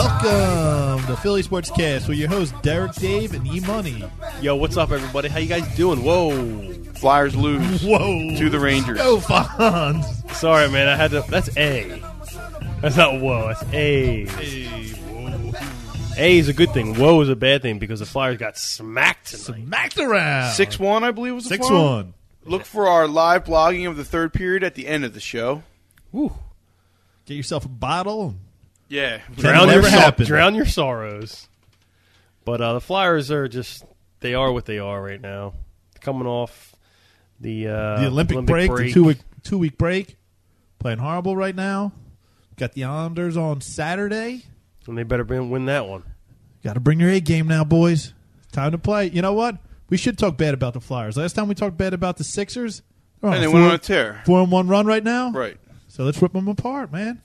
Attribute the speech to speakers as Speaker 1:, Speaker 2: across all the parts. Speaker 1: Welcome to Philly Sports Cast with your hosts Derek, Dave, and E Money.
Speaker 2: Yo, what's up, everybody? How you guys doing? Whoa!
Speaker 3: Flyers lose
Speaker 1: Whoa!
Speaker 3: to the Rangers.
Speaker 1: Go Fonz!
Speaker 2: Sorry, man. I had to. That's A. That's not whoa. That's A.
Speaker 1: Hey, whoa.
Speaker 2: A is a good thing. Whoa is a bad thing because the Flyers got smacked tonight.
Speaker 1: Smacked around.
Speaker 3: Six one, I believe was the
Speaker 1: Six
Speaker 3: final.
Speaker 1: one.
Speaker 3: Look for our live blogging of the third period at the end of the show.
Speaker 2: Woo.
Speaker 1: Get yourself a bottle. and
Speaker 3: Yeah,
Speaker 2: Drown
Speaker 1: Never
Speaker 2: your sor-
Speaker 1: happened.
Speaker 2: drown your sorrows. But uh, the Flyers are just they are what they are right now. Coming off the uh,
Speaker 1: The Olympic, break, the two week two week break. Playing horrible right now. Got the Islanders on Saturday.
Speaker 2: and they better be- win that one.
Speaker 1: Got to bring your A game now, boys. Time to play. You know what? We should talk bad about the Flyers. Last time we talked bad about the Sixers. They're
Speaker 3: and they
Speaker 1: a
Speaker 3: went
Speaker 1: four-
Speaker 3: on a tear.
Speaker 1: four and one run right now.
Speaker 3: Right.
Speaker 1: So let's rip them apart, man.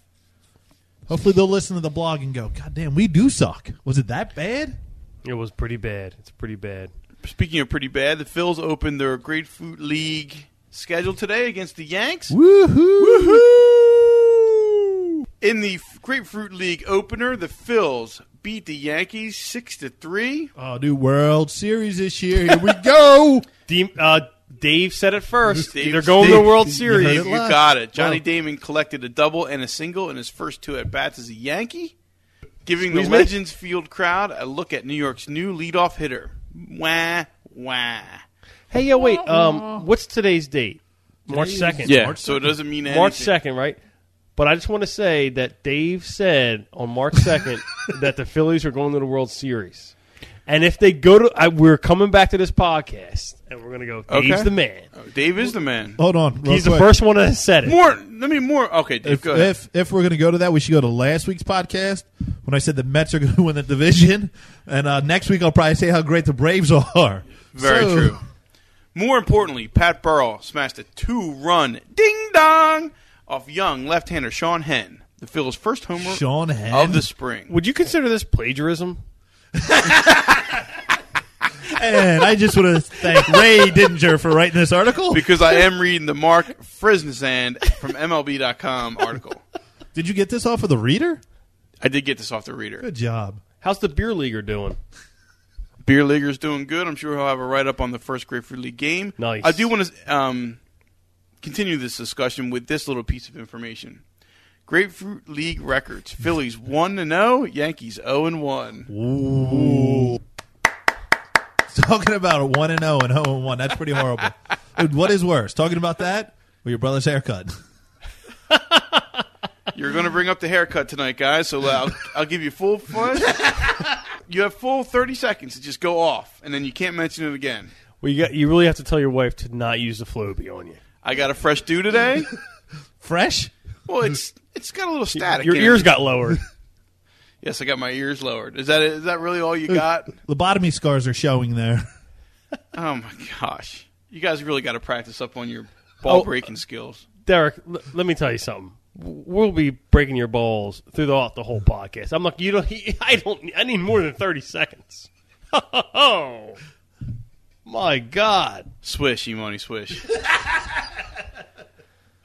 Speaker 1: Hopefully they'll listen to the blog and go, God damn, we do suck. Was it that bad?
Speaker 2: It was pretty bad. It's pretty bad.
Speaker 3: Speaking of pretty bad, the Phils opened their Grapefruit League schedule today against the Yanks.
Speaker 1: Woohoo!
Speaker 3: In the Grapefruit League opener, the Phils beat the Yankees six to three.
Speaker 1: Oh, dude, World Series this year. Here we go.
Speaker 2: D- uh, Dave said it first.
Speaker 3: Dave-
Speaker 2: They're going to the
Speaker 3: Dave-
Speaker 2: World
Speaker 1: you
Speaker 2: Series.
Speaker 1: heard
Speaker 3: You
Speaker 1: it live.
Speaker 3: got it. Johnny
Speaker 1: Wow.
Speaker 3: Damon collected a double and a single in his first two at bats as a Yankee, giving
Speaker 2: Squeeze
Speaker 3: the
Speaker 2: me?
Speaker 3: Legends Field crowd a look at New York's new leadoff hitter. Wah wah.
Speaker 2: Hey, yo, wait. Um, what's today's date? March second.
Speaker 3: so it doesn't mean anything.
Speaker 2: March second, right? But I just want to say that Dave said on March second that the Phillies are going to the World Series, and if they go to, I, we're coming back to this podcast, and we're gonna go. Dave's
Speaker 3: Okay.
Speaker 2: the man.
Speaker 3: Oh, Dave is the man.
Speaker 1: Hold on. real
Speaker 2: He's the
Speaker 1: quick.
Speaker 2: first one that said it.
Speaker 3: More. Let me more. Okay, Dave.
Speaker 1: If,
Speaker 3: go ahead.
Speaker 1: if if we're gonna go to that, we should go to last week's podcast when I said the Mets are gonna win the division, and uh, next week I'll probably say how great the Braves are.
Speaker 3: Very
Speaker 1: So-
Speaker 3: true. More importantly, Pat Burrell smashed a two-run ding dong off young left-hander Sean Henn, the Phil's first homer
Speaker 1: Sean Henn.
Speaker 3: of the spring.
Speaker 2: Would you consider this plagiarism?
Speaker 1: And I just want to thank Ray Dinger for writing this article.
Speaker 3: Because I am reading the Mark Frisnesand from MLB.com article.
Speaker 1: Did you get this off of the reader?
Speaker 3: I did get this off the reader.
Speaker 1: Good job.
Speaker 2: How's the beer leaguer doing?
Speaker 3: Beer Leaguer's doing good. I'm sure he'll have a write up on the first Grapefruit League game.
Speaker 2: Nice.
Speaker 3: I do want to um, continue this discussion with this little piece of information. Grapefruit League records: Phillies one and zero, Yankees zero and one.
Speaker 1: Talking about a one and zero and zero and one. That's pretty horrible. Dude, what is worse, talking about that or your brother's haircut?
Speaker 3: You're going to bring up the haircut tonight, guys. So I'll, I'll give you full fun. you have full 30 seconds to just go off, and then you can't mention it again.
Speaker 2: Well, you got. You really have to tell your wife to not use the Floby on you.
Speaker 3: I got a fresh do today.
Speaker 1: Fresh?
Speaker 3: Well, it's it's got a little static.
Speaker 2: Your
Speaker 3: in
Speaker 2: ears
Speaker 3: it.
Speaker 2: got lowered.
Speaker 3: Yes, I got my ears lowered. Is that is that really all you got?
Speaker 1: Lobotomy scars are showing there.
Speaker 3: Oh my gosh. You guys really got to practice up on your
Speaker 2: Oh.
Speaker 3: ball breaking skills.
Speaker 2: Derek, l- let me tell you something. W- We'll be breaking your balls throughout the whole podcast. I'm like, you don't. I don't. I need more than thirty seconds. Oh, my God!
Speaker 3: Swish, Imoni, swish.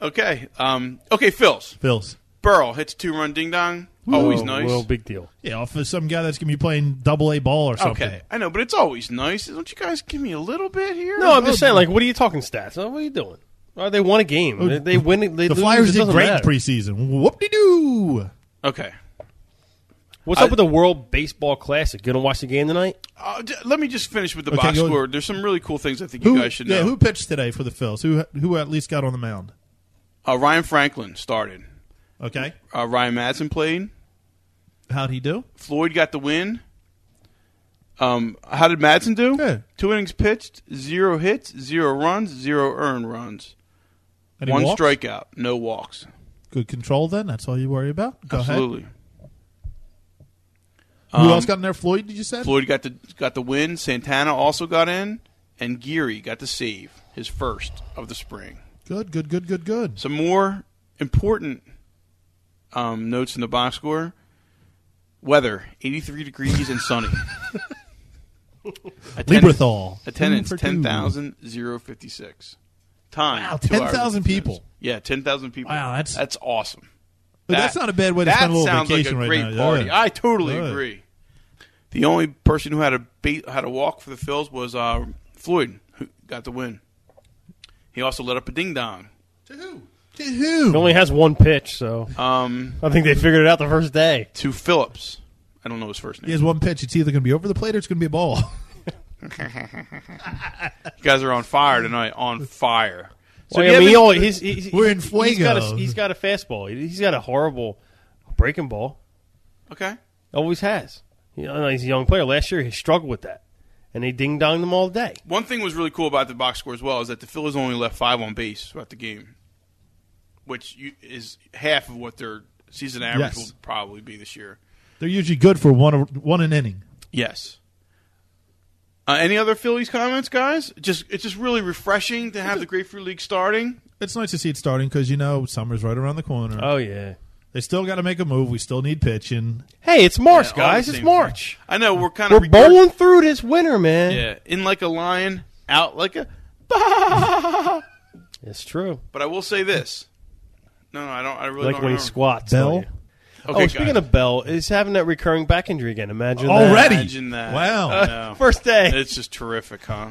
Speaker 3: okay. Um, okay, Phils.
Speaker 1: Phils.
Speaker 3: Burl hits two run ding dong. Always
Speaker 2: Oh,
Speaker 3: nice.
Speaker 2: Well, big deal.
Speaker 1: Yeah, off of some guy that's going to be playing double A ball or something.
Speaker 3: okay. I know, but it's always nice. Don't you guys give me a little bit here?
Speaker 2: No, I'm just saying. Like, what are you talking stats? What are you doing? Oh, they won a game. They, they win. it- They
Speaker 1: The
Speaker 2: lose,
Speaker 1: Flyers
Speaker 2: it
Speaker 1: did
Speaker 2: doesn't
Speaker 1: great
Speaker 2: matter.
Speaker 1: preseason. Whoop de doo.
Speaker 3: Okay.
Speaker 2: What's up with the World Baseball Classic? You gonna watch the game tonight?
Speaker 3: Uh, d- let me just finish with the
Speaker 1: Okay,
Speaker 3: box
Speaker 1: go-
Speaker 3: score. There's some really cool things I think
Speaker 1: Who,
Speaker 3: you guys should know.
Speaker 1: yeah, who pitched today for the Phils? Who who at least got on the mound?
Speaker 3: uh, Ryan Franklin started.
Speaker 1: Okay.
Speaker 3: Uh, Ryan Madsen played.
Speaker 1: How'd he do?
Speaker 3: Floyd got the win. Um, how did Madsen do?
Speaker 1: Good.
Speaker 3: Two innings pitched, zero hits, zero runs, zero earned runs,
Speaker 1: Any
Speaker 3: one
Speaker 1: walks?
Speaker 3: strikeout, no walks.
Speaker 1: Good control then. That's all you worry about. Go
Speaker 3: Absolutely.
Speaker 1: ahead. Who
Speaker 3: Um,
Speaker 1: else got in there? Floyd, did you say?
Speaker 3: Floyd got the got the win. Santana also got in, and Geary got the save, his first of the spring.
Speaker 1: Good, good, good, good, good.
Speaker 3: Some more important um, notes in the box score. Weather: eighty-three degrees and sunny. Attendance-
Speaker 1: Librethal.
Speaker 3: Attendance
Speaker 1: Two for two.
Speaker 3: ten thousand zero fifty six. Time
Speaker 1: Wow,
Speaker 3: two hours
Speaker 1: 10,000
Speaker 3: and fifty
Speaker 1: people.
Speaker 3: minutes. Yeah, ten thousand people.
Speaker 1: Wow, that's-
Speaker 3: that's awesome.
Speaker 1: But that's not a bad way to
Speaker 3: that
Speaker 1: spend a little
Speaker 3: sounds
Speaker 1: vacation
Speaker 3: like a
Speaker 1: right
Speaker 3: great
Speaker 1: now.
Speaker 3: Party.
Speaker 1: Yeah.
Speaker 3: I totally
Speaker 1: Yeah.
Speaker 3: agree. The only person who had a beat, had a walk for the Phils was uh, Floyd, who got the win. He also let up a ding dong.
Speaker 1: To who? To who?
Speaker 2: It only has one pitch, so
Speaker 3: Um,
Speaker 2: I think they figured it out the first day.
Speaker 3: to Phillips. I don't know his first
Speaker 1: He
Speaker 3: name.
Speaker 1: has one pitch. It's either going to be over the plate or it's going to be a ball.
Speaker 3: You guys are on fire tonight. On fire.
Speaker 2: So
Speaker 3: you
Speaker 2: I mean,
Speaker 3: haven't-
Speaker 2: he only, he's, he's,
Speaker 1: We're in
Speaker 2: He's got,
Speaker 1: fuego.
Speaker 2: a, he's got a fastball. He's got a horrible breaking ball.
Speaker 3: okay.
Speaker 2: Always has. You know, he's a young player. Last year he struggled with that, and they ding donged him all day.
Speaker 3: One thing was really cool about the box score as well is that the Phillies only left five on base throughout the game, which you, is half of what their season
Speaker 1: Yes.
Speaker 3: average will probably be this year.
Speaker 1: They're usually good for one one an inning.
Speaker 3: Yes. Uh, any other Phillies comments, guys? Just it's just really refreshing to have the Grapefruit League starting.
Speaker 1: It's nice to see it starting because you know summer's right around the corner.
Speaker 3: Uh,
Speaker 2: Oh yeah.
Speaker 1: they still got to make a move. We still need pitching.
Speaker 2: Hey, it's March,
Speaker 3: Yeah, all
Speaker 2: guys.
Speaker 3: the
Speaker 2: It's
Speaker 3: Oh, same
Speaker 2: March.
Speaker 3: I know we're kind of
Speaker 2: We're bowling through this winter, man.
Speaker 3: yeah, in like a lion, out like a.
Speaker 2: It's true.
Speaker 3: But I will say this. No, no, I don't. I really
Speaker 2: like when he
Speaker 3: don't remember.
Speaker 2: squats.
Speaker 1: Bell?
Speaker 2: don't you?
Speaker 3: Okay,
Speaker 2: oh, speaking
Speaker 3: guys.
Speaker 2: of Bell, is having that recurring back injury again. Imagine that.
Speaker 1: Already?
Speaker 3: Imagine that.
Speaker 1: Wow.
Speaker 3: I know.
Speaker 2: First day.
Speaker 3: It's just terrific, huh?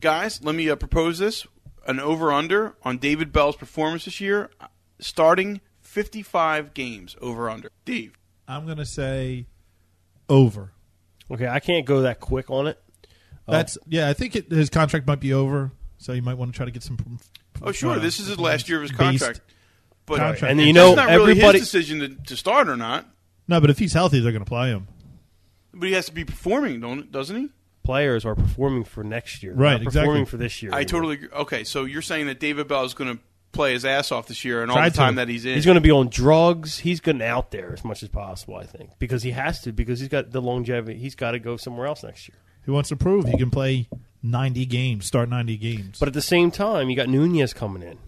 Speaker 3: Guys, let me uh, propose this an over under on David Bell's performance this year, starting 55 games over under. Dave,
Speaker 1: I'm going to say over.
Speaker 2: Okay, I can't go that quick on it.
Speaker 3: Oh.
Speaker 1: That's yeah. I think it, his contract might be over, so you might want to try to get some. uh,
Speaker 3: oh, sure, this is his last year of his
Speaker 1: Based.
Speaker 3: contract. But
Speaker 1: Contract.
Speaker 2: And you
Speaker 1: It's
Speaker 2: know,
Speaker 3: it's not really
Speaker 2: everybody.
Speaker 3: his decision to, to start or not,
Speaker 1: No, but if he's healthy, they're going to play him.
Speaker 3: but he has to be performing, don't, doesn't he?
Speaker 2: players are performing for next year,
Speaker 1: Right,
Speaker 2: not performing
Speaker 1: exactly.
Speaker 2: for this year.
Speaker 3: I
Speaker 2: anymore.
Speaker 3: totally agree. Okay, so you're saying that David Bell is going to play his ass off this year and all
Speaker 1: Try
Speaker 3: the time
Speaker 1: to.
Speaker 3: that he's in.
Speaker 2: He's going to be on drugs. He's getting out there as much as possible, I think, because he has to. Because he's got the longevity. He's got to go somewhere else next year.
Speaker 1: He wants to prove he can play 90 games, start 90 games.
Speaker 2: But at the same time, you got Nunez coming in,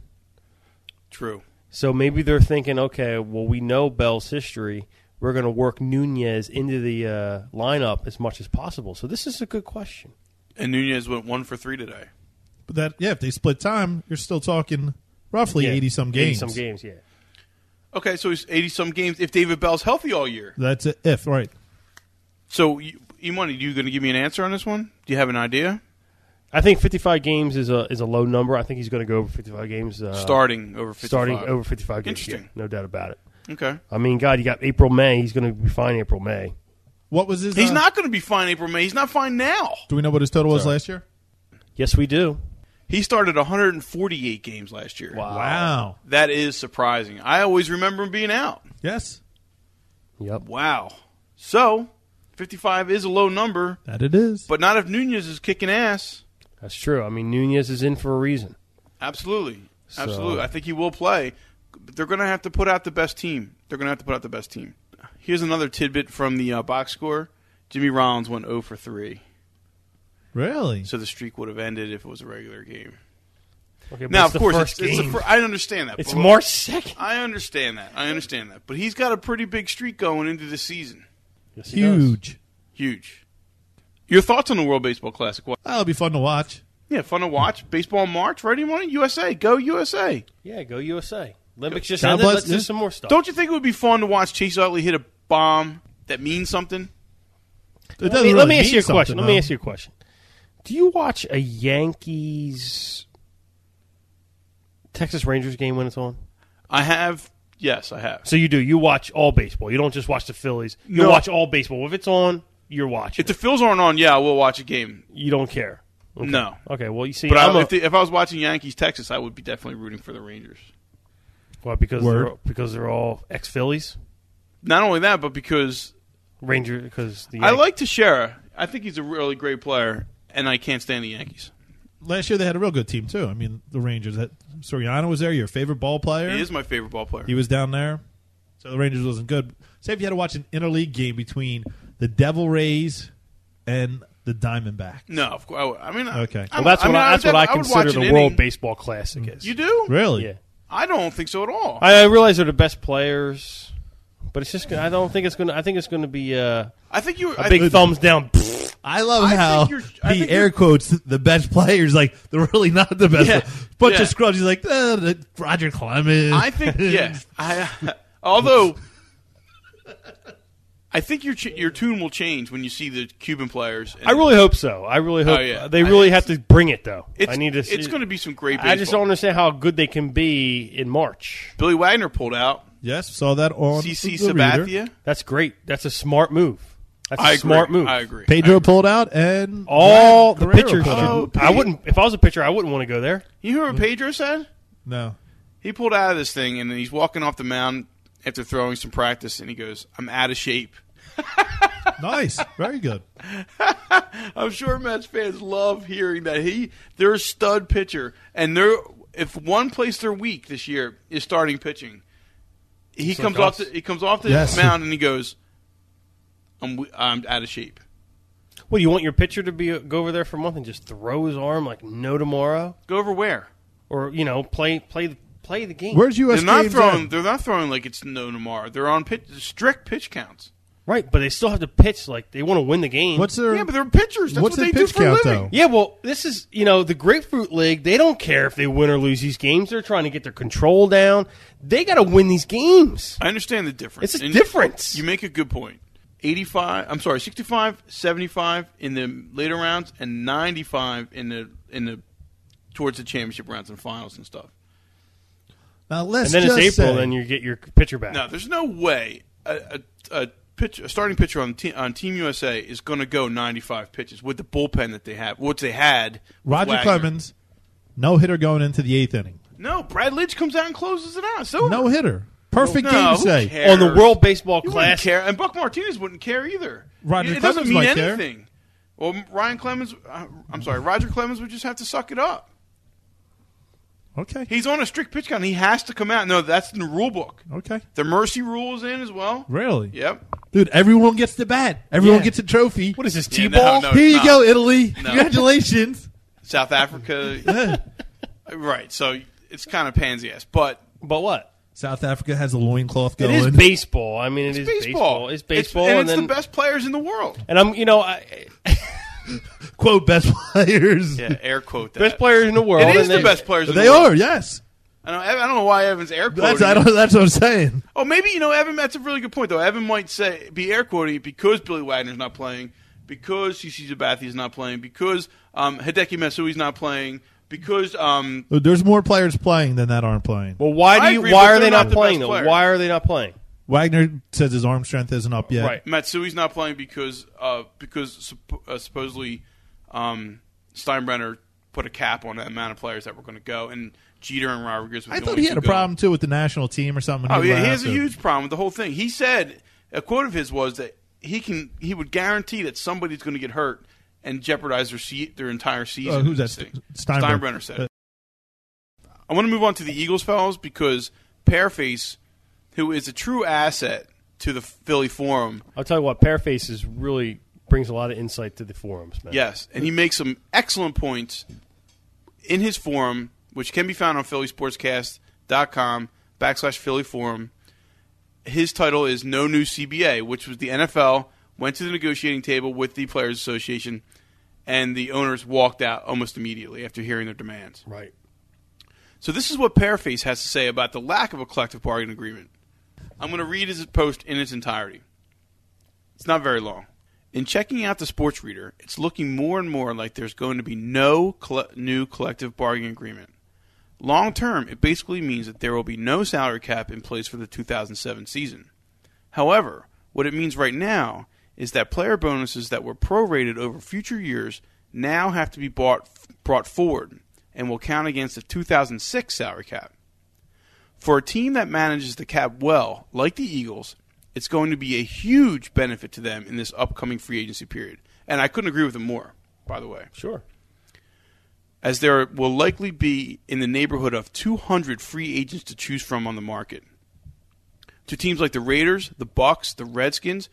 Speaker 3: True.
Speaker 2: so maybe they're thinking, okay, well, we know Bell's history. We're going to work Nunez into the uh, lineup as much as possible. So this is a good question.
Speaker 3: And Nunez went one for three today.
Speaker 1: But that yeah, if they split time, you're still talking roughly
Speaker 2: Yeah,
Speaker 1: 80 some games.
Speaker 2: some games, yeah.
Speaker 3: Okay, so he's 80 some games if David Bell's healthy all year.
Speaker 1: That's it. If right,
Speaker 3: So, you- Imani, you going to give me an answer on this one? Do you have an idea?
Speaker 2: I think 55 games is a is a low number. I think he's going to go over 55 games. Uh,
Speaker 3: starting over 55.
Speaker 2: starting over Uh, 55 games.
Speaker 3: Interesting.
Speaker 2: yeah, no doubt about it.
Speaker 3: Okay.
Speaker 2: I mean, God, you got April, May. He's going to be fine April, May.
Speaker 1: what was his?
Speaker 3: He's
Speaker 1: uh,
Speaker 3: not going to be fine April May. He's not fine now.
Speaker 1: Do we know what his total was last year?
Speaker 2: Yes, we do.
Speaker 3: He started 148 games last year.
Speaker 1: Wow.
Speaker 3: That is surprising. I always remember him being out.
Speaker 1: Yes,
Speaker 2: Yep.
Speaker 3: Wow. So, 55 is a low number,
Speaker 1: that it is.
Speaker 3: but not if Nunez is kicking ass.
Speaker 2: That's true. I mean, Nunez is in for a reason.
Speaker 3: Absolutely.
Speaker 2: So-
Speaker 3: Absolutely. I think he will play. But They're going to have to put out the best team. They're going to have to put out the best team. Here's another tidbit from the uh, box score. Jimmy Rollins went 0 for 3.
Speaker 1: really?
Speaker 3: So the streak would have ended if it was a regular game.
Speaker 2: Okay, but
Speaker 3: Now,
Speaker 2: it's
Speaker 3: of course,
Speaker 2: the
Speaker 3: it's,
Speaker 2: first
Speaker 3: it's the
Speaker 2: game.
Speaker 3: fir- I understand that.
Speaker 2: It's
Speaker 3: but-
Speaker 2: March second.
Speaker 3: I understand that. I understand that. But he's got a pretty big streak going into the season.
Speaker 2: Yes, he does.
Speaker 1: Huge.
Speaker 3: Huge. Your thoughts on the World Baseball Classic? What?
Speaker 1: That'll be fun to watch.
Speaker 3: Yeah, fun to watch. Baseball in March, right? You want USA? Go USA!
Speaker 2: Yeah, go USA. Olympics just
Speaker 1: God
Speaker 2: ended.
Speaker 1: bless
Speaker 2: Let's
Speaker 1: you.
Speaker 2: do some more stuff.
Speaker 3: Don't you think it would be fun to watch Chase Utley hit a bomb that means something?
Speaker 1: It
Speaker 2: let me,
Speaker 1: doesn't
Speaker 2: let
Speaker 1: really
Speaker 2: me ask
Speaker 1: mean
Speaker 2: you a question.
Speaker 1: something,
Speaker 2: Let me
Speaker 1: though.
Speaker 2: ask you a question. Do you watch a Yankees Texas Rangers game when it's on?
Speaker 3: I have. Yes, I have.
Speaker 2: So you do. You watch all baseball. You don't just watch the Phillies. You
Speaker 3: No.
Speaker 2: watch all baseball. If it's on, you're watching.
Speaker 3: If the Phils aren't on, yeah, I will watch a game.
Speaker 2: you don't care. Okay.
Speaker 3: No,
Speaker 2: Okay. Well, you see,
Speaker 3: but
Speaker 2: I'm
Speaker 3: I,
Speaker 2: a-
Speaker 3: if, the, if I was watching Yankees Texas, I would be definitely rooting for the Rangers.
Speaker 2: Well, because
Speaker 1: Word.
Speaker 2: they're because they're all ex Phillies
Speaker 3: Not only that, but because
Speaker 2: Rangers. Because the
Speaker 3: I
Speaker 2: Yankees-
Speaker 3: like Teixeira. I think he's a really great player, and I can't stand the Yankees.
Speaker 1: Last year they had a real good team too. I mean, the Rangers. That Soriano was there. Your favorite ball player.
Speaker 3: He is my favorite ball player.
Speaker 1: He was down there. So the Rangers wasn't good. Say if you had to watch an interleague game between the Devil Rays and the Diamondbacks.
Speaker 3: No, of course. I mean,
Speaker 1: Okay.
Speaker 2: Well, that's
Speaker 3: I, I
Speaker 2: what
Speaker 3: mean,
Speaker 2: I, that's what I
Speaker 3: def- would
Speaker 2: consider
Speaker 3: watch an
Speaker 2: the World
Speaker 3: inning.
Speaker 2: Baseball Classic is.
Speaker 3: You do?
Speaker 1: Really?
Speaker 2: yeah,
Speaker 3: I don't think so at all. I,
Speaker 2: I, I realize they're the best players, but it's just gonna, I don't think it's gonna. I think it's gonna be uh,
Speaker 3: think you.
Speaker 2: a
Speaker 3: I
Speaker 2: big
Speaker 3: think-
Speaker 2: thumbs down.
Speaker 1: I love
Speaker 3: I think
Speaker 1: how
Speaker 3: you're- I
Speaker 1: he
Speaker 3: think you're-
Speaker 1: air quotes the best players like they're really not the best.
Speaker 3: Yeah.
Speaker 1: Bunch
Speaker 3: Yeah.
Speaker 1: of scrubs. He's like uh, the- Roger Clemens.
Speaker 3: I think. Yeah. I, Although, I think your ch- your tune will change when you see the Cuban players.
Speaker 2: I really hope so. I really hope
Speaker 3: Oh, yeah.
Speaker 2: they
Speaker 3: I
Speaker 2: really have
Speaker 3: think
Speaker 2: to bring it though.
Speaker 3: It's,
Speaker 2: I need to. See,
Speaker 3: It's going to be some great. Baseball.
Speaker 2: I just don't understand how good they can be in March.
Speaker 3: Billy Wagner pulled out.
Speaker 1: Yes, saw that on
Speaker 3: CC
Speaker 1: the reader.
Speaker 3: Sabathia.
Speaker 2: That's great. That's a smart move. That's a
Speaker 3: I agree.
Speaker 2: smart move.
Speaker 3: I agree.
Speaker 1: Pedro pulled out, and
Speaker 2: All the
Speaker 1: Guerrero
Speaker 2: pitchers.
Speaker 1: pulled
Speaker 2: should-
Speaker 1: out.
Speaker 3: Oh,
Speaker 2: I
Speaker 3: Pete.
Speaker 2: wouldn't. If I was a pitcher, I wouldn't want to go there.
Speaker 3: You hear what Pedro said?
Speaker 1: No,
Speaker 3: He pulled out of this thing and he's walking off the mound after throwing some practice, and he goes, "I'm out of shape."
Speaker 1: nice, very good.
Speaker 3: I'm sure Mets fans love hearing that he they're a stud pitcher, and they're if one place they're weak this year is starting pitching. He
Speaker 2: So
Speaker 3: comes
Speaker 2: Gus-
Speaker 3: off the, he comes off the
Speaker 1: Yes.
Speaker 3: mound and he goes, "I'm we- I'm out of shape."
Speaker 2: Well, you want your pitcher to be uh, go over there for a month and just throw his arm like no tomorrow,
Speaker 3: Go over where
Speaker 2: or you know, play play play the game.
Speaker 1: Where's U.S.
Speaker 3: they're not
Speaker 1: games
Speaker 3: throwing.
Speaker 1: at?
Speaker 3: They're not throwing like it's no tomorrow. They're on pitch, strict pitch counts.
Speaker 2: Right, but they still have to pitch like they want to win the game.
Speaker 1: What's their?
Speaker 3: yeah, but they're pitchers. That's
Speaker 1: what's
Speaker 3: what
Speaker 1: their
Speaker 3: they do
Speaker 1: pitch
Speaker 3: for a
Speaker 1: count
Speaker 3: living.
Speaker 1: though?
Speaker 2: Yeah, well, this is you know the Grapefruit League. They don't care if they win or lose these games. They're trying to get their control down. They got to win these games.
Speaker 3: I understand the difference.
Speaker 2: It's a
Speaker 3: And
Speaker 2: difference.
Speaker 3: You make a good point. 85, I'm sorry, 65, 75 in the later rounds and 95 in the in the towards the championship rounds and finals and stuff.
Speaker 1: Now let's
Speaker 2: and then it's
Speaker 1: just
Speaker 2: April.
Speaker 1: say-
Speaker 2: Then you get your pitcher back.
Speaker 3: No, there's no way a a, a, pitch, a starting pitcher on team, on Team USA is going to go 95 pitches with the bullpen that they have, which they had. with
Speaker 1: Roger
Speaker 3: Wagner.
Speaker 1: Clemens, no hitter going into the eighth inning.
Speaker 3: No, Brad Lidge comes out and closes it out. So
Speaker 1: No hitter. Perfect
Speaker 3: No,
Speaker 1: game
Speaker 3: who
Speaker 1: say.
Speaker 3: cares?
Speaker 2: on the World Baseball
Speaker 3: You wouldn't
Speaker 2: Classic.
Speaker 3: care, and Buck Martinez wouldn't care either.
Speaker 1: Roger
Speaker 3: it doesn't
Speaker 1: Clemens
Speaker 3: mean
Speaker 1: might care.
Speaker 3: anything. Well, Ryan Clemens, uh, I'm sorry, Roger Clemens would just have to suck it up.
Speaker 1: Okay.
Speaker 3: He's on a strict pitch count. He has to come out. No, that's in the rule book.
Speaker 1: Okay.
Speaker 3: The mercy rule is in as well.
Speaker 1: Really?
Speaker 3: Yep.
Speaker 1: Dude, everyone gets the bat. Everyone
Speaker 2: Yeah.
Speaker 1: gets a trophy.
Speaker 2: What is this
Speaker 3: Yeah,
Speaker 2: T-ball?
Speaker 3: no,
Speaker 1: Here you
Speaker 3: it's
Speaker 1: go,
Speaker 3: not.
Speaker 1: Italy.
Speaker 3: No.
Speaker 1: Congratulations.
Speaker 3: South Africa. Uh, right. So it's kind of pansy ass, but
Speaker 2: But what?
Speaker 1: South Africa has a loincloth
Speaker 2: It
Speaker 1: going.
Speaker 2: is baseball. I mean, it is
Speaker 3: baseball.
Speaker 2: baseball. It's baseball,
Speaker 3: and,
Speaker 2: and,
Speaker 3: it's
Speaker 2: then
Speaker 3: the best players in the world.
Speaker 2: and I'm you know I,
Speaker 1: Quote best players.
Speaker 3: Yeah, air quote that.
Speaker 2: best players in the world.
Speaker 3: It is
Speaker 2: and
Speaker 3: the
Speaker 2: they-
Speaker 3: best players. in
Speaker 1: They
Speaker 3: the world.
Speaker 1: are, yes.
Speaker 3: I don't, I don't know why Evan's air quoting.
Speaker 1: That's I
Speaker 3: it.
Speaker 1: don't, that's what I'm saying.
Speaker 3: Oh, maybe you know Evan. That's a really good point, though. Evan might say be air quoting it because Billy Wagner's not playing, because CC Sabathia's not playing, because um, Hideki Matsui's not playing, because um,
Speaker 1: Oh, There's more players playing than that aren't playing.
Speaker 2: Well, why
Speaker 3: I
Speaker 2: do you?
Speaker 3: agree,
Speaker 2: Why
Speaker 3: but
Speaker 2: are they
Speaker 3: they're
Speaker 2: not,
Speaker 3: not the
Speaker 2: playing
Speaker 3: best
Speaker 2: though?
Speaker 3: player.
Speaker 2: Why are they not playing?
Speaker 1: Wagner says his arm strength isn't up yet.
Speaker 2: Right.
Speaker 3: Matsui's not playing because uh, because supp- uh, supposedly um, Steinbrenner put a cap on the amount of players that were going to go, and Jeter and Rodriguez. Was
Speaker 1: I
Speaker 3: the
Speaker 1: thought
Speaker 3: only
Speaker 1: he had
Speaker 3: two
Speaker 1: a
Speaker 3: going.
Speaker 1: problem too with the national team or something. when
Speaker 3: Oh yeah, he
Speaker 1: left,
Speaker 3: has a
Speaker 1: or-
Speaker 3: huge problem with the whole thing. He said a quote of his was that he can he would guarantee that somebody's going to get hurt and jeopardize their se- their entire season.
Speaker 1: Uh, who's that?
Speaker 3: Thing.
Speaker 1: Steinbrenner. Uh,
Speaker 3: Steinbrenner said. it. I want to move on to the Eagles, fellas, because Pearface, who is a true asset to the Philly Forum,
Speaker 2: I'll tell you what. Pairface is really brings a lot of insight to the forums, man.
Speaker 3: yes, and he makes some excellent points in his forum, which can be found on phillysportscast.com backslash Philly Forum. His title is No New CBA, which was the NFL went to the negotiating table with the Players Association, and the owners walked out almost immediately after hearing their demands.
Speaker 2: Right.
Speaker 3: So this is what Pearface has to say about the lack of a collective bargaining agreement. I'm going to read his post in its entirety. It's not very long. In checking out the sports reader, it's looking more and more like there's going to be no colle- new collective bargaining agreement. Long term, it basically means that there will be no salary cap in place for the 2007 season. However, what it means right now is that player bonuses that were prorated over future years now have to be bought, brought forward and will count against the 2006 salary cap. For a team that manages the cap well, like the Eagles, it's going to be a huge benefit to them in this upcoming free agency period. And I couldn't agree with him more, by the way
Speaker 2: Sure.
Speaker 3: as there will likely be in the neighborhood of 200 free agents to choose from on the market. To teams like the Raiders, the Bucks, the Redskins,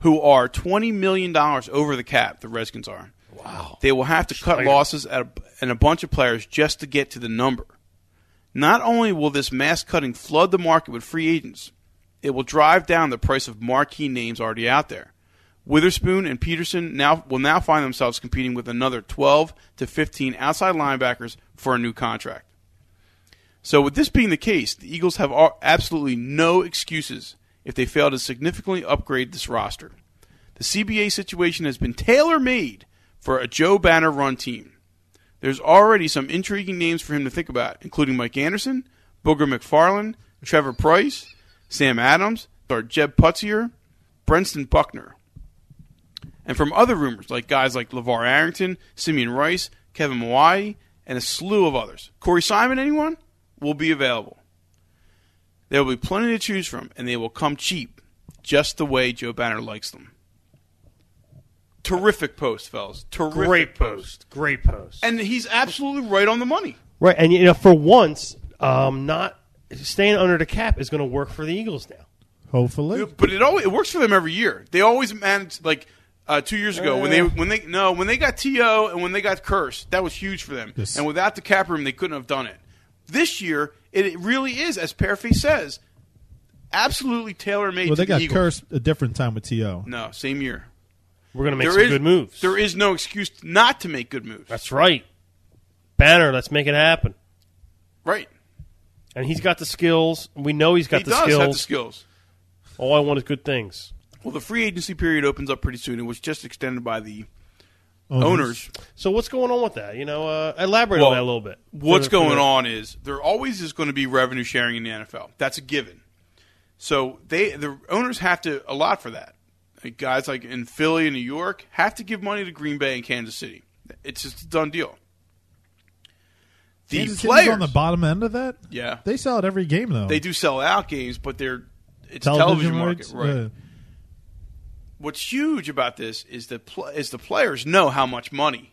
Speaker 3: who are 20 million dollars over the cap, the Redskins are. Wow. They will have to cut losses at a, and a bunch of players just to get to the number. Not only will this mass cutting flood the market with free agents, it will drive down the price of marquee names already out there. Witherspoon and Peterson now will now find themselves competing with another 12 to 15 outside linebackers for a new contract. So, with this being the case, the Eagles have a- absolutely no excuses if they fail to significantly upgrade this roster. The CBA situation has been tailor made for a Joe Banner run team. There's already some intriguing names for him to think about, including Mike Anderson, Booger McFarland, Trevor Price, Sam Adams, or Jeb Putzier, Brenston Buckner. And from other rumors, like guys like LeVar Arrington, Simeon Rice, Kevin Mawai, and a slew of others. Corey Simon, anyone, will be available. There will be plenty to choose from, and they will come cheap, just the way Joe Banner likes them. Terrific post, fellas. Terrific
Speaker 2: Great post. Great post.
Speaker 3: and he's absolutely right on the money.
Speaker 2: Right, and you know, for once, um, not staying under the cap is going to work for the Eagles now.
Speaker 1: Hopefully,
Speaker 3: But it always it works for them every year. They always manage like uh, two years ago when they when they no when they got To and when they got Curse that was huge for them.
Speaker 1: Yes.
Speaker 3: And without the cap room, they couldn't have done it. This year, it, it really is, as Parafe says, absolutely tailor made.
Speaker 1: well,
Speaker 3: to
Speaker 1: they got
Speaker 3: the Eagles.
Speaker 1: cursed a different time with To.
Speaker 3: No, same year.
Speaker 2: We're going to make
Speaker 3: There
Speaker 2: some
Speaker 3: is-
Speaker 2: good moves.
Speaker 3: There is no excuse not to make good moves.
Speaker 2: That's right, Banner. Let's make it happen.
Speaker 3: right.
Speaker 2: And he's got the skills. We know he's got
Speaker 3: he
Speaker 2: the
Speaker 3: does
Speaker 2: skills.
Speaker 3: have the skills.
Speaker 2: All I want is good things.
Speaker 3: Well, the free agency period opens up pretty soon. It was just extended by the
Speaker 1: Owners.
Speaker 3: owners.
Speaker 2: So what's going on with that? You know, uh, elaborate
Speaker 3: Well,
Speaker 2: on that a little bit.
Speaker 3: What's
Speaker 2: For the- for
Speaker 3: going
Speaker 2: the-
Speaker 3: on is there always is going to be revenue sharing in the NFL. That's a given. So they the owners have to allot for that. Like guys like in Philly and New York have to give money to Green Bay and Kansas City. It's just a done deal. The
Speaker 1: Kansas City's
Speaker 3: players,
Speaker 1: on the bottom end of that.
Speaker 3: yeah,
Speaker 1: They sell it every game though.
Speaker 3: they do sell out games, but they're it's television, market,
Speaker 1: rights,
Speaker 3: right?
Speaker 1: yeah.
Speaker 3: What's huge about this is the pl- is the players know how much money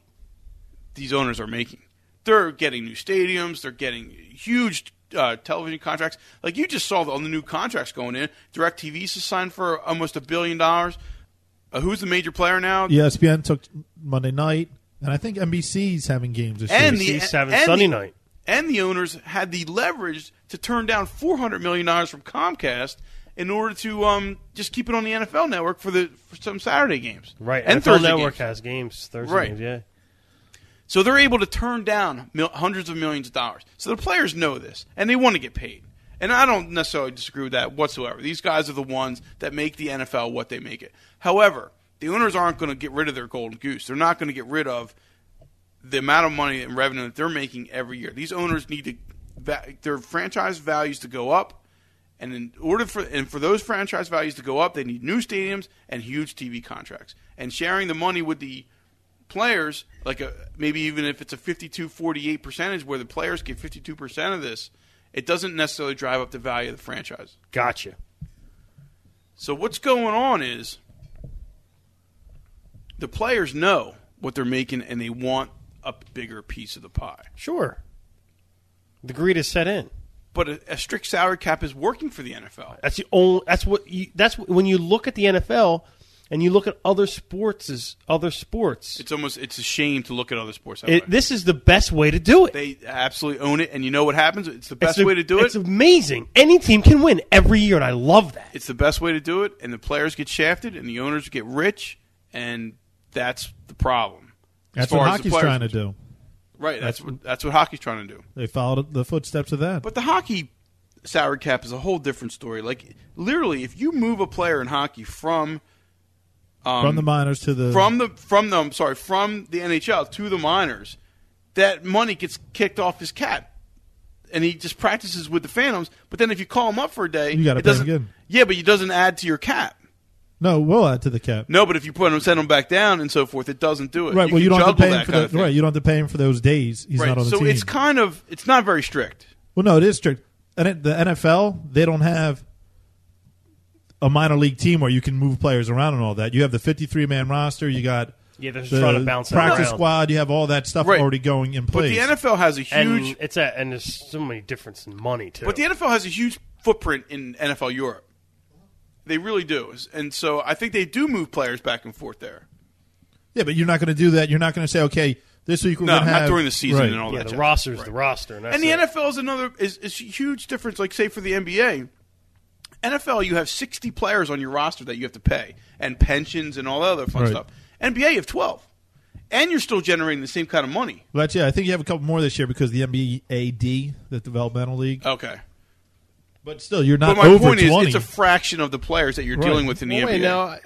Speaker 3: these owners are making. They're getting new stadiums. They're getting huge uh, television contracts. Like you just saw the, on the new contracts going in. DirecTV's is signed for almost a billion dollars. Uh, who's the major player now?
Speaker 1: ESPN took Monday night, and I think NBC's having games this
Speaker 3: And
Speaker 1: year.
Speaker 3: the
Speaker 2: NBC's having
Speaker 3: and
Speaker 2: Sunday
Speaker 3: the-
Speaker 2: night.
Speaker 3: And the owners had the leverage to turn down four hundred million dollars from Comcast in order to um, just keep it on the NFL Network for the for some Saturday games,
Speaker 2: Right,
Speaker 3: And
Speaker 2: NFL
Speaker 3: Thursday
Speaker 2: Network
Speaker 3: games.
Speaker 2: has games Thursday
Speaker 3: Right.
Speaker 2: games. Yeah,
Speaker 3: So they're able to turn down mil- hundreds of millions of dollars. So the players know this, and they want to get paid. And I don't necessarily disagree with that whatsoever. These guys are the ones that make the NFL what they make it. However, the owners aren't going to get rid of their golden goose. They're not going to get rid of the amount of money and revenue that they're making every year. These owners need to va- their franchise values to go up, and in order for and for those franchise values to go up, they need new stadiums and huge TV contracts. And sharing the money with the players, like a, maybe even if it's a 52-48 percentage where the players get 52% of this, it doesn't necessarily drive up the value of the franchise.
Speaker 2: gotcha.
Speaker 3: So what's going on is the players know what they're making and they want a bigger piece of the pie.
Speaker 2: Sure. The greed is set in.
Speaker 3: But a, a strict salary cap is working for the NFL.
Speaker 2: That's the only. That's what. You, that's what, when you look at the NFL and you look at other sports as other sports.
Speaker 3: It's almost it's a shame to look at other sports that way.
Speaker 2: It, this is the best way to do it.
Speaker 3: they absolutely own it, and you know what happens? It's the
Speaker 2: It's
Speaker 3: best
Speaker 2: a-
Speaker 3: way to do
Speaker 2: It's
Speaker 3: it.
Speaker 2: amazing. Any team can win every year, and I love that.
Speaker 3: it's the best way to do it, and the players get shafted, and the owners get rich, and that's the problem. As
Speaker 1: That's
Speaker 3: far
Speaker 1: what
Speaker 3: as the
Speaker 1: hockey's
Speaker 3: players-
Speaker 1: trying to do.
Speaker 3: Right, that's what that's what hockey's trying to do.
Speaker 1: They followed the footsteps of that.
Speaker 3: But the hockey salary cap is a whole different story. Like literally, if you move a player in hockey from um,
Speaker 1: from the minors to the
Speaker 3: from the from the I'm sorry from the NHL to the minors, that money gets kicked off his cap, and he just practices with the Phantoms. But then if you call him up for a day,
Speaker 1: You gotta
Speaker 3: it
Speaker 1: pay him
Speaker 3: doesn't-
Speaker 1: again.
Speaker 3: Yeah, but it doesn't add to your cap.
Speaker 1: no, we'll add to the cap.
Speaker 3: No, but if you put him send him back down and so forth, it doesn't do it.
Speaker 1: right. well,
Speaker 3: can
Speaker 1: you don't have to
Speaker 3: juggle
Speaker 1: pay him
Speaker 3: that
Speaker 1: for
Speaker 3: kind
Speaker 1: the,
Speaker 3: of thing.
Speaker 1: right. You don't have to pay him for those days. He's
Speaker 3: Right,
Speaker 1: not on the
Speaker 3: so
Speaker 1: team.
Speaker 3: it's kind of it's not very strict.
Speaker 1: well, no, it is strict. And it, the NFL, they don't have a minor league team where you can move players around and all that. You have the 53 man roster. You got
Speaker 2: Yeah, they're just
Speaker 1: the
Speaker 2: trying to bounce that
Speaker 1: practice
Speaker 2: around.
Speaker 1: squad. You have all that stuff
Speaker 3: Right.
Speaker 1: already going in
Speaker 3: But
Speaker 1: place.
Speaker 3: the NFL has a
Speaker 2: And
Speaker 3: huge
Speaker 2: it's a, and there's so many difference in money too.
Speaker 3: But the NFL has a huge footprint in NFL Europe. They really do. And so I think they do move players back and forth there.
Speaker 1: yeah, but you're not going to do that. You're not going to say, okay, this week we're
Speaker 3: No,
Speaker 1: going to
Speaker 3: not
Speaker 1: have
Speaker 3: during the season
Speaker 1: Right.
Speaker 3: and all
Speaker 2: yeah,
Speaker 3: that.
Speaker 2: the
Speaker 3: jazz.
Speaker 2: roster's the roster, and, that's
Speaker 3: and the
Speaker 2: it.
Speaker 3: NFL is another is, is a huge difference. Like say for the NBA, NFL you have sixty players on your roster that you have to pay and pensions and all that other fun
Speaker 1: Right.
Speaker 3: stuff. NBA you have twelve. and you're still generating the same kind of money.
Speaker 1: But yeah, I think you have a couple more this year because the NBAD, the developmental league.
Speaker 3: Okay.
Speaker 1: But still, you're not
Speaker 3: Uh, but my
Speaker 1: Uh, over
Speaker 3: point
Speaker 1: 20.
Speaker 3: is, it's a fraction of the players that you're
Speaker 1: Right.
Speaker 3: dealing with in the
Speaker 2: Well,
Speaker 3: NBA.
Speaker 2: wait, now, uh,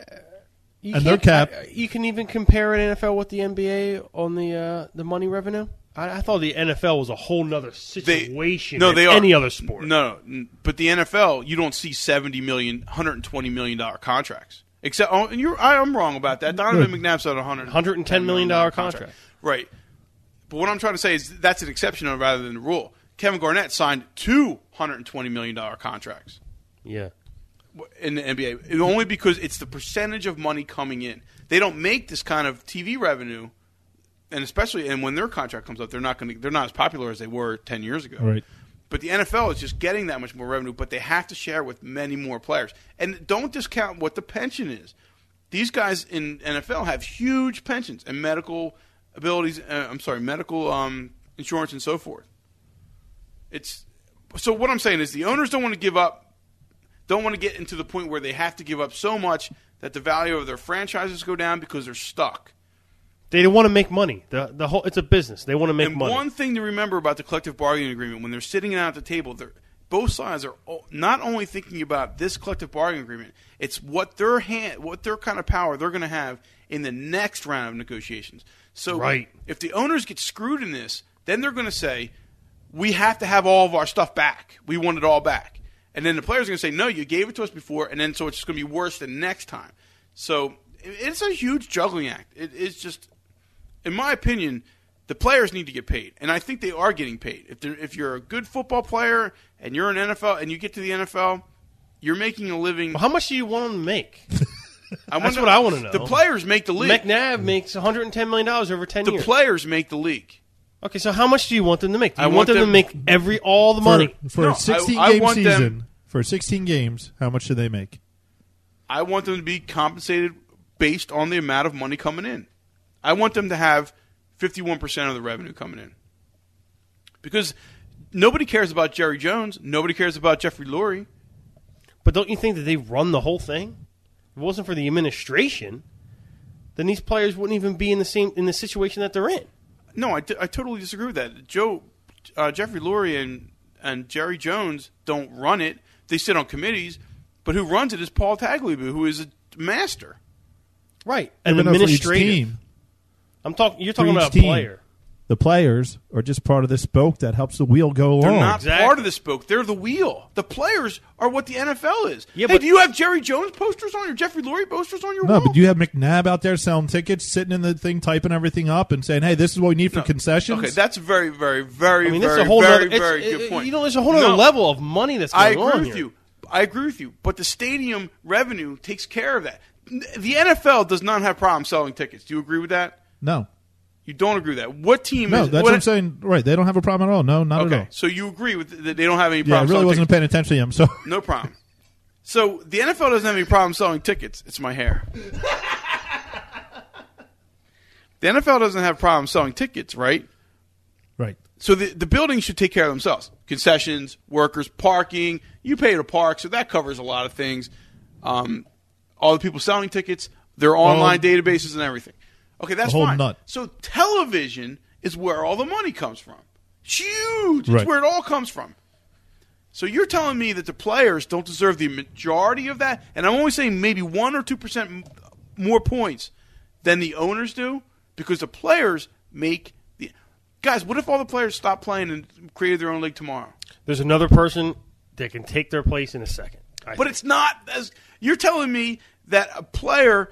Speaker 2: you
Speaker 1: And their
Speaker 2: can't-
Speaker 1: cap-
Speaker 2: uh, You can even compare an NFL with the NBA on the uh, the money revenue. I, I thought the NFL was a whole nother
Speaker 3: They-
Speaker 2: situation.
Speaker 3: no,
Speaker 2: than
Speaker 3: they are
Speaker 2: any other sport.
Speaker 3: No, n- but the NFL, you don't see 70 million, 120 million dollar contracts. Except, oh, and you're, I, I'm wrong about that. Donovan McNabb's at 100,
Speaker 2: 110 million dollar contract.
Speaker 3: Right. But what I'm trying to say is that's an exception rather than the rule. Kevin Garnett signed two $120 million contracts
Speaker 2: Yeah,
Speaker 3: in the NBA, and only because it's the percentage of money coming in. They don't make this kind of TV revenue, and especially and when their contract comes up, they're not going to they're not as popular as they were ten years ago.
Speaker 1: Right.
Speaker 3: But the NFL is just getting that much more revenue, but they have to share with many more players. And don't discount what the pension is. These guys in NFL have huge pensions and medical abilities. Uh, I'm sorry, medical um, insurance and so forth. It's so what I'm saying is the owners don't want to give up, don't want to get into the point where they have to give up so much that the value of their franchises go down because they're stuck.
Speaker 2: they want to make money. The the whole it's a business. They want to make
Speaker 3: and
Speaker 2: money.
Speaker 3: one thing to remember about the collective bargaining agreement when they're sitting down at the table, they're, both sides are o- not only thinking about this collective bargaining agreement, it's what their hand, what their kind of power they're going to have in the next round of negotiations. So
Speaker 2: Right.
Speaker 3: if the owners get screwed in this, then they're going to say, "We have to have all of our stuff back. We want it all back." And then the players are going to say, "No, you gave it to us before," and then so it's just going to be worse the next time. So it- it's a huge juggling act. It, it's just in my opinion, the players need to get paid, and I think they are getting paid. If they're, if you're a good football player and you're an NFL and you get to the NFL, you're making a living.
Speaker 2: How much do you want them to make?
Speaker 3: I
Speaker 2: That's what I wanna know.
Speaker 3: The players make the league.
Speaker 2: McNabb makes 110 million dollars over 10
Speaker 3: the
Speaker 2: years.
Speaker 3: players make the league.
Speaker 2: okay, so how much do you want them to make? Do
Speaker 3: I
Speaker 2: you
Speaker 3: want
Speaker 2: want them,
Speaker 3: them-
Speaker 2: to make every all the
Speaker 1: for,
Speaker 2: money?
Speaker 1: for
Speaker 3: No, I-
Speaker 1: a 16
Speaker 3: I
Speaker 1: game
Speaker 3: want them-
Speaker 1: season. For 16 games, how much do they make?
Speaker 3: I want them to be compensated based on the amount of money coming in. I want them to have 51% of the revenue coming in. Because nobody cares about Jerry Jones, nobody cares about Jeffrey Lurie.
Speaker 2: But don't you think that they run the whole thing? If it wasn't for the administration, then these players wouldn't even be in the same in the situation that they're in.
Speaker 3: No, I, t- I totally disagree with that. Joe, uh, Jeffrey Lurie and, and Jerry Jones don't run it. They sit on committees, but who runs it is Paul Tagliabue, who is a master.
Speaker 2: Right. An
Speaker 1: Even though for each
Speaker 2: administrator.
Speaker 1: team,
Speaker 2: I'm talking you're talking
Speaker 1: each
Speaker 2: about a
Speaker 1: team.
Speaker 2: player.
Speaker 1: the players are just part of the spoke that helps the wheel go
Speaker 3: They're
Speaker 1: along.
Speaker 3: not
Speaker 2: exactly.
Speaker 3: part of the spoke. They're the wheel. The players are what the NFL is.
Speaker 2: Yeah,
Speaker 3: hey,
Speaker 2: but-
Speaker 3: do you have Jerry Jones posters on your Jeffrey Lurie posters on your
Speaker 1: no,
Speaker 3: wall?
Speaker 1: but you have McNabb out there selling tickets, sitting in the thing, typing everything up, and saying, "Hey, this is what we need for
Speaker 3: No.
Speaker 1: concessions."
Speaker 3: Okay, that's very, very, very,
Speaker 2: I mean,
Speaker 3: very,
Speaker 2: that's a whole nother,
Speaker 3: very,
Speaker 2: it's-
Speaker 3: very
Speaker 2: it-
Speaker 3: good point.
Speaker 2: You know, there's a whole other
Speaker 3: No.
Speaker 2: level of money that's going
Speaker 3: I agree
Speaker 2: on
Speaker 3: with
Speaker 2: here.
Speaker 3: you. I agree with you. But the stadium revenue takes care of that. N- The NFL does not have problems selling tickets. Do you agree with that?
Speaker 1: no,
Speaker 3: You don't agree with that. What team
Speaker 1: no,
Speaker 3: is
Speaker 1: that's what, I'm saying. Right? They don't have a problem at all. No, not at
Speaker 3: Okay.
Speaker 1: all.
Speaker 3: So you agree with that they don't have any
Speaker 1: Yeah, I
Speaker 3: problems
Speaker 1: really
Speaker 3: selling
Speaker 1: wasn't
Speaker 3: tickets.
Speaker 1: paying attention to him. So
Speaker 3: No problem. So the NFL doesn't have any problem selling tickets. It's my hair. the NFL doesn't have problems selling tickets, right?
Speaker 1: right,
Speaker 3: So the, the buildings should take care of themselves. Concessions, workers, parking. You pay to park, so that covers a lot of things. Um, all the people selling tickets, their online databases, and everything. Okay, that's
Speaker 1: whole
Speaker 3: fine.
Speaker 1: nut.
Speaker 3: So television is where all the money comes from. It's huge. It's
Speaker 1: Right.
Speaker 3: where it all comes from. So you're telling me that the players don't deserve the majority of that, and I'm only saying maybe one or two percent m- more points than the owners do because the players make the guys. What if all the players stopped playing and created their own league tomorrow?
Speaker 2: There's another person that can take their place in a second. I
Speaker 3: But
Speaker 2: think.
Speaker 3: it's not as you're telling me that a player.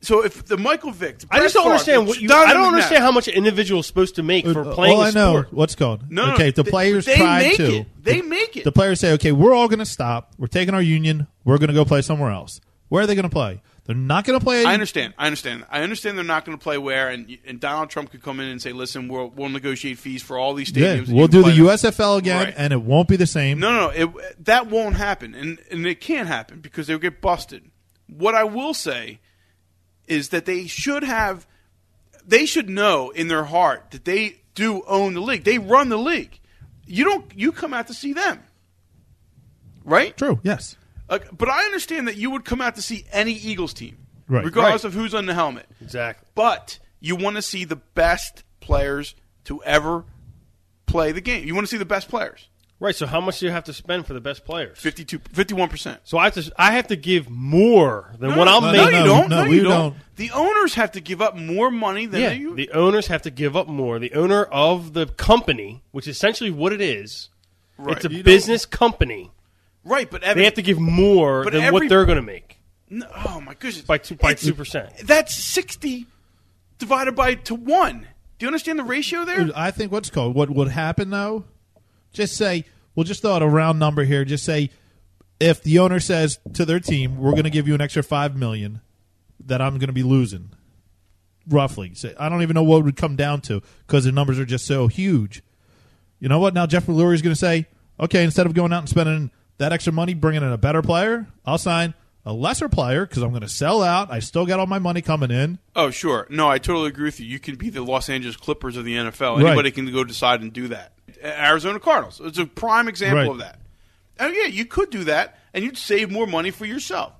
Speaker 3: So if the Michael Vick,
Speaker 2: I just don't understand what you. I don't understand how much an individual is supposed to make for
Speaker 1: Uh,
Speaker 2: playing
Speaker 1: all
Speaker 2: a
Speaker 1: I know
Speaker 2: sport.
Speaker 1: what's called.
Speaker 3: No, no,
Speaker 1: okay, if the
Speaker 3: they-
Speaker 1: players
Speaker 3: they
Speaker 1: try
Speaker 3: make
Speaker 1: to.
Speaker 3: it. They make it.
Speaker 1: The players say, "Okay, we're all going to stop. We're taking our union. We're going to go play somewhere else. Where are they going to play? They're not going to play.
Speaker 3: I understand. I understand. I understand they're not going to play where, and, and Donald Trump could come in and say, "Listen, we'll we'll negotiate fees for all these stadiums.
Speaker 1: Yeah,
Speaker 3: that you
Speaker 1: we'll
Speaker 3: can
Speaker 1: do the
Speaker 3: play in."
Speaker 1: USFL again,
Speaker 3: Right.
Speaker 1: and it won't be the same.
Speaker 3: No, no, no. It, that won't happen, and and it can't happen because they'll get busted. What I will say is that they should have, they should know in their heart that they do own the league. They run the league. You don't. You come out to see them, right?
Speaker 1: True. Yes.
Speaker 3: Uh, but I understand that you would come out to see any Eagles team,
Speaker 1: Right.
Speaker 3: regardless
Speaker 2: Right.
Speaker 3: of who's on the helmet.
Speaker 2: Exactly.
Speaker 3: But You want to see the best players to ever play the game. You want to see the best players.
Speaker 2: Right. So how much do you have to spend for the best players?
Speaker 3: 52 51%.
Speaker 2: So I have to I have to give more than what I'm
Speaker 1: no,
Speaker 2: making.
Speaker 1: no,
Speaker 3: you don't.
Speaker 1: no,
Speaker 3: No,
Speaker 1: we
Speaker 3: you don't.
Speaker 1: don't.
Speaker 3: The owners have to give up more money than
Speaker 2: Yeah,
Speaker 3: you.
Speaker 2: the owners have to give up more. The owner of the company, which is essentially what it is,
Speaker 3: Right.
Speaker 2: it's a
Speaker 3: You don't-
Speaker 2: business company.
Speaker 3: right, but every,
Speaker 2: They have to give more
Speaker 3: But
Speaker 2: than
Speaker 3: every-
Speaker 2: what they're going to make
Speaker 3: No, oh my goodness!
Speaker 2: by two by
Speaker 3: It's-
Speaker 2: two percent.
Speaker 3: That's sixty divided by to one. Do you understand the ratio there?
Speaker 1: I think what's called what would happen though. Just say we'll just throw out a round number here. Just say if the owner says to their team, "We're going to give you an extra five million that I'm going to be losing," roughly. Say I don't even know what it would come down to because the numbers are just so huge. You know what? Now Jeff Lurie is going to say, "Okay, instead of going out and spending that extra money bringing in a better player, I'll sign." A lesser player because I'm going to sell out. I still got all my money coming in.
Speaker 3: Oh, sure. No, I totally agree with you. You can be the Los Angeles Clippers of the NFL.
Speaker 1: Right.
Speaker 3: Anybody can go decide and do that. Arizona Cardinals. It's a prime example
Speaker 1: Right.
Speaker 3: of that. Oh yeah, you could do that, and you'd save more money for yourself.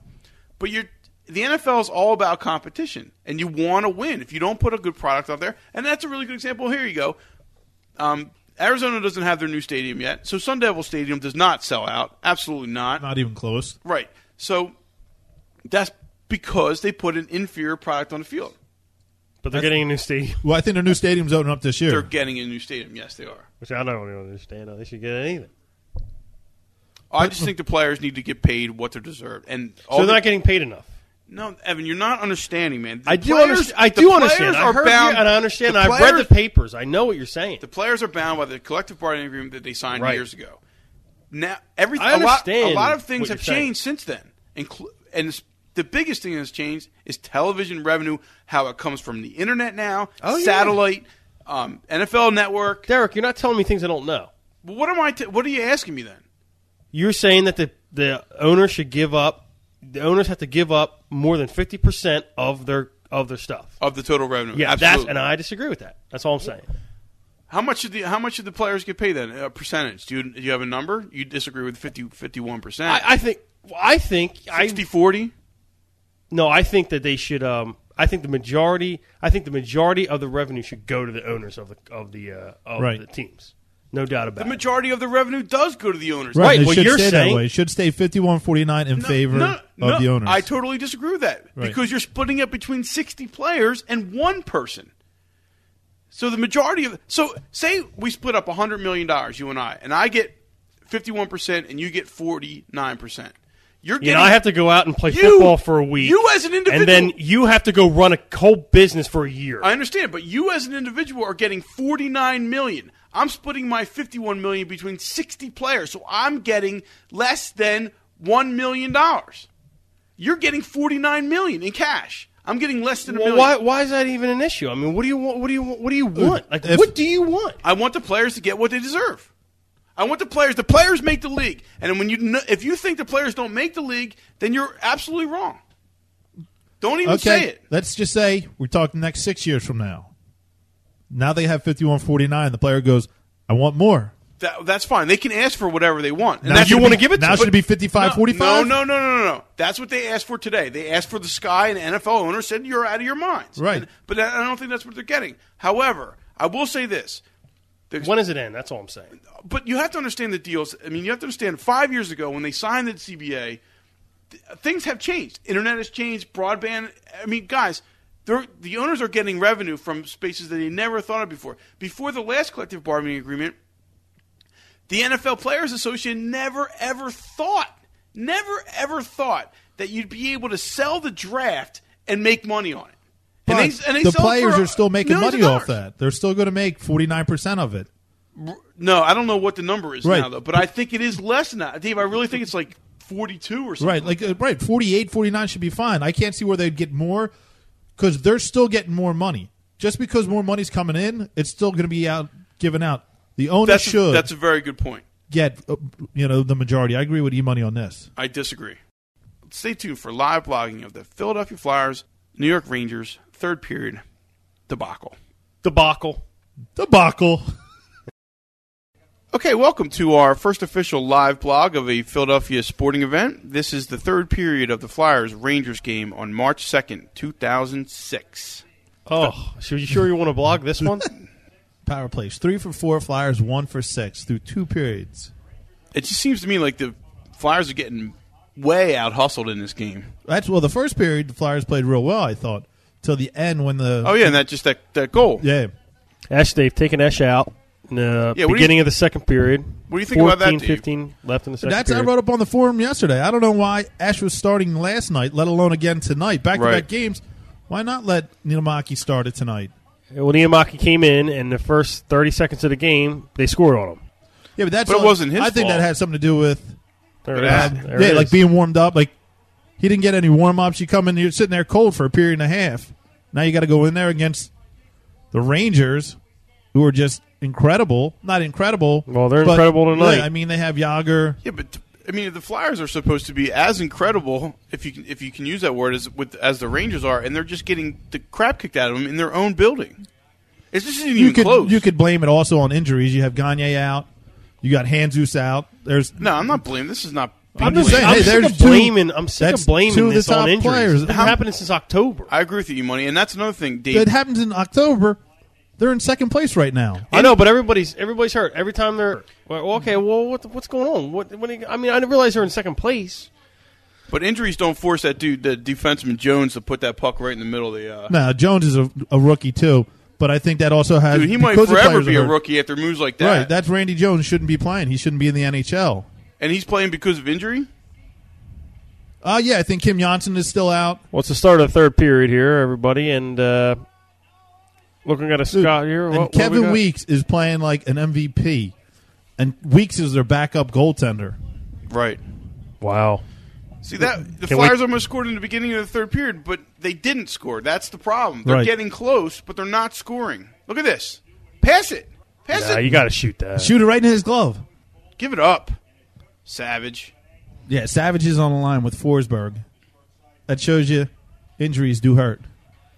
Speaker 3: But you're the NFL is all about competition, and you want to win. If you don't put a good product out there, and that's a really good example. Here you go. Um, Arizona doesn't have their new stadium yet, so Sun Devil Stadium does not sell out. Absolutely not.
Speaker 1: Not even close.
Speaker 3: Right. So that's because they put an inferior product on the field.
Speaker 2: But they're getting a new stadium,
Speaker 1: Well, I think their new stadium's opening up this year.
Speaker 3: They're getting a new stadium. Yes, they are.
Speaker 2: which I don't even understand how they should get anything.
Speaker 3: I just think the players need to get paid what they're deserved. And all
Speaker 2: So
Speaker 3: the-
Speaker 2: they're not getting paid enough.
Speaker 3: no, Evan, you're not understanding, man. The
Speaker 2: I do
Speaker 3: players-
Speaker 2: understand. I
Speaker 3: the
Speaker 2: do
Speaker 3: players
Speaker 2: understand. I
Speaker 3: are
Speaker 2: heard
Speaker 3: bound,
Speaker 2: you, and I understand.
Speaker 3: the
Speaker 2: I've read the
Speaker 3: players-
Speaker 2: papers. I know what you're saying.
Speaker 3: The players are bound by the collective bargaining agreement that they signed
Speaker 2: Right.
Speaker 3: years ago. Now, everything
Speaker 2: I
Speaker 3: a lot, a
Speaker 2: understand
Speaker 3: lot of
Speaker 2: what
Speaker 3: things
Speaker 2: you're
Speaker 3: have
Speaker 2: saying.
Speaker 3: changed since then, inclu- and it's- the biggest thing that's changed is television revenue, how it comes from the internet now,
Speaker 2: Oh, yeah.
Speaker 3: satellite, um, NFL Network.
Speaker 2: Derek, you're not telling me things I don't know.
Speaker 3: Well, what am I? T- what are you asking me then?
Speaker 2: You're saying that the the owner should give up. The owners have to give up more than fifty percent of their of their stuff.
Speaker 3: Of the total revenue,
Speaker 2: Yeah,
Speaker 3: absolutely.
Speaker 2: that's and I disagree with that. That's all I'm saying.
Speaker 3: how much should the how much should the players get paid then? A percentage? Do you, do you have a number? You disagree with 51
Speaker 2: I,
Speaker 3: percent?
Speaker 2: I think I think I
Speaker 3: 60 40
Speaker 2: no, I think that they should. Um, I think the majority. I think the majority of the revenue should go to the owners of the of the uh, of
Speaker 1: Right.
Speaker 2: the teams. No doubt about
Speaker 3: The
Speaker 2: it.
Speaker 3: majority of the revenue does go to the owners.
Speaker 2: Right,
Speaker 1: It
Speaker 2: well,
Speaker 1: should
Speaker 2: you're
Speaker 1: stay that
Speaker 2: saying-
Speaker 1: way. It should stay 51-49 in favor of the owners.
Speaker 3: I totally disagree with that
Speaker 1: Right.
Speaker 3: because you're splitting up between 60 players and one person. So the majority of so say we split up 100 million dollars, you and I, and I get 51 percent and you get 49 percent. You're
Speaker 2: you
Speaker 3: getting
Speaker 2: know, I have to go out and play
Speaker 3: You-
Speaker 2: football for a week.
Speaker 3: you as an individual-
Speaker 2: and then you have to go run a whole business for a year.
Speaker 3: I understand, but you as an individual are getting 49 million. I'm splitting my 51 million between 60 players, so I'm getting less than 1 million dollars. You're getting 49 million in cash. I'm getting less than a
Speaker 2: well,
Speaker 3: million.
Speaker 2: why? Why is that even an issue? I mean, what do you want? What do you want? What do you want? Like,
Speaker 1: If-
Speaker 2: what do you want?
Speaker 3: I want the players to get what they deserve. I want the players. The players make the league, and when you kn- if you think the players don't make the league, then you're absolutely wrong. Don't even
Speaker 1: okay,
Speaker 3: say it.
Speaker 1: let's just say we're talking next six years from now. Now they have 51-49. The player goes, I want more.
Speaker 3: That, that's fine. They can ask for whatever they want. And
Speaker 1: Now
Speaker 3: that's
Speaker 1: should
Speaker 3: what-
Speaker 1: be- Now should it be
Speaker 3: No,
Speaker 1: 55-45?
Speaker 3: No, no, no, no, no. That's what they asked for today. They asked for the sky, and the NFL owner said you're out of your minds.
Speaker 1: Right.
Speaker 3: And- but I I don't think that's what they're getting. However, I will say this. The-
Speaker 2: When does it end? That's all I'm saying.
Speaker 3: but you have to understand the deals. I mean, you have to understand five years ago when they signed the CBA, th- things have changed. Internet has changed. Broadband. I mean, guys, they're, the owners are getting revenue from spaces that they never thought of before. Before the last collective bargaining agreement, the NFL Players Association never ever thought, never ever thought that you'd be able to sell the draft and make money on it.
Speaker 1: But
Speaker 3: and they, and they
Speaker 1: the
Speaker 3: sell it for
Speaker 1: players are still making
Speaker 3: millions of
Speaker 1: money off
Speaker 3: dollars.
Speaker 1: that. They're still going to make 49% of it.
Speaker 3: No, I don't know what the number is
Speaker 1: Right.
Speaker 3: now though, but I think it is less than that. Dave, I really think it's like 42 or something.
Speaker 1: Right, like uh, right, 48, 49 should be fine. I can't see where they'd get more because they're still getting more money. Just because more money's coming in, it's still going to be out given out. The owner
Speaker 3: That's
Speaker 1: should
Speaker 3: A, that's a very good point.
Speaker 1: get uh, you know the majority. I agree with E Money on this.
Speaker 3: I disagree. Stay tuned for live blogging of the Philadelphia Flyers, New York Rangers third period debacle.
Speaker 2: Debacle.
Speaker 1: Debacle.
Speaker 3: Okay, welcome to our first official live blog of a Philadelphia sporting event. This is the third period of the Flyers Rangers game on March 2nd, 2006.
Speaker 2: Oh, so you sure you want to blog this one?
Speaker 1: Power plays three for four, Flyers one for six through two periods.
Speaker 3: It just seems to me like the Flyers are getting way out hustled in this game.
Speaker 1: That's well, the first period the Flyers played real well, I thought, till the end when the
Speaker 3: Oh yeah, and that just that that goal.
Speaker 1: yeah
Speaker 2: Ash, they've taken Ash out. in the
Speaker 3: Yeah, what do you-
Speaker 2: beginning of the second period.
Speaker 3: What do you think about that,
Speaker 2: 14,
Speaker 3: Dave?
Speaker 2: 15 left in the second
Speaker 1: That's I
Speaker 2: period.
Speaker 1: wrote up on the forum yesterday. I don't know why Ash was starting last night, let alone again tonight. Back to
Speaker 3: Right.
Speaker 1: back games. Why not let Ninomaki start it tonight?
Speaker 2: Well, Niamaki came in, and the first 30 seconds of the game, they scored on him.
Speaker 1: Yeah, but that's
Speaker 3: But it
Speaker 1: all-
Speaker 3: wasn't his
Speaker 1: I think
Speaker 3: fault.
Speaker 1: that had something to do with
Speaker 2: There
Speaker 3: But
Speaker 2: it
Speaker 3: Ash-
Speaker 2: is. There
Speaker 1: yeah,
Speaker 2: it
Speaker 1: like
Speaker 2: is.
Speaker 1: being warmed up. Like he didn't get any warm ups. You come in, you're sitting there cold for a period and a half. Now you got to go in there against the Rangers, who are just incredible. Not incredible.
Speaker 2: Well, they're
Speaker 1: but-
Speaker 2: incredible tonight.
Speaker 1: Yeah, I mean, they have Yager.
Speaker 3: Yeah, but I mean the Flyers are supposed to be as incredible if you can, if you can use that word as with as the Rangers are, and they're just getting the crap kicked out of them in their own building. It's just isn't
Speaker 1: You
Speaker 3: even
Speaker 1: could
Speaker 3: close.
Speaker 1: you could blame it also on injuries. You have Gagne out. You got Hanzus out. There's
Speaker 3: no, I'm not blaming. This is not.
Speaker 1: I'm
Speaker 3: being
Speaker 1: just
Speaker 3: blamed.
Speaker 1: saying, hey,
Speaker 2: I'm sick
Speaker 1: there's
Speaker 2: of
Speaker 1: two-
Speaker 2: blaming. I'm sick
Speaker 1: that's
Speaker 2: of blaming
Speaker 1: two of the
Speaker 2: this
Speaker 1: top
Speaker 2: on injuries.
Speaker 1: players.
Speaker 2: It's been
Speaker 1: How-
Speaker 2: happening since October.
Speaker 3: I agree with you, money, and that's another thing, Dave.
Speaker 1: it happens in October. They're in second place right now.
Speaker 2: I know, but everybody's everybody's hurt. Every time they're well, okay. Well, what, what's going on? What? When he, I mean, I didn't realize they're in second place.
Speaker 3: But injuries don't force that dude, the defenseman Jones, to put that puck right in the middle of the. Uh,
Speaker 1: Now Jones is a, a rookie too, but I think that also has
Speaker 3: dude, he might
Speaker 1: because the
Speaker 3: forever
Speaker 1: players
Speaker 3: be
Speaker 1: are
Speaker 3: a
Speaker 1: hurt.
Speaker 3: rookie after moves like that.
Speaker 1: Right, that's Randy Jones shouldn't be playing. He shouldn't be in the NHL.
Speaker 3: and he's playing because of injury.
Speaker 1: Uh, yeah, I think Kim Johnson is still out.
Speaker 2: Well, it's the start of the third period here, everybody, and uh, looking at a
Speaker 1: Dude,
Speaker 2: Scott here.
Speaker 1: and
Speaker 2: What, what we
Speaker 1: Kevin
Speaker 2: got?
Speaker 1: Weeks is playing like an MVP, and Weeks is their backup goaltender.
Speaker 3: Right.
Speaker 2: Wow.
Speaker 3: See that the
Speaker 2: Can we-
Speaker 3: Flyers almost scored in the beginning of the third period, but they didn't score. That's the problem. They're
Speaker 1: Right.
Speaker 3: getting close, but they're not scoring. Look at this. Pass it. Pass
Speaker 2: Nah,
Speaker 3: it.
Speaker 2: you got to shoot that.
Speaker 1: Shoot it right in his glove.
Speaker 3: Give it up. Savage.
Speaker 1: Yeah, Savage is on the line with Forsberg. That shows you injuries do hurt.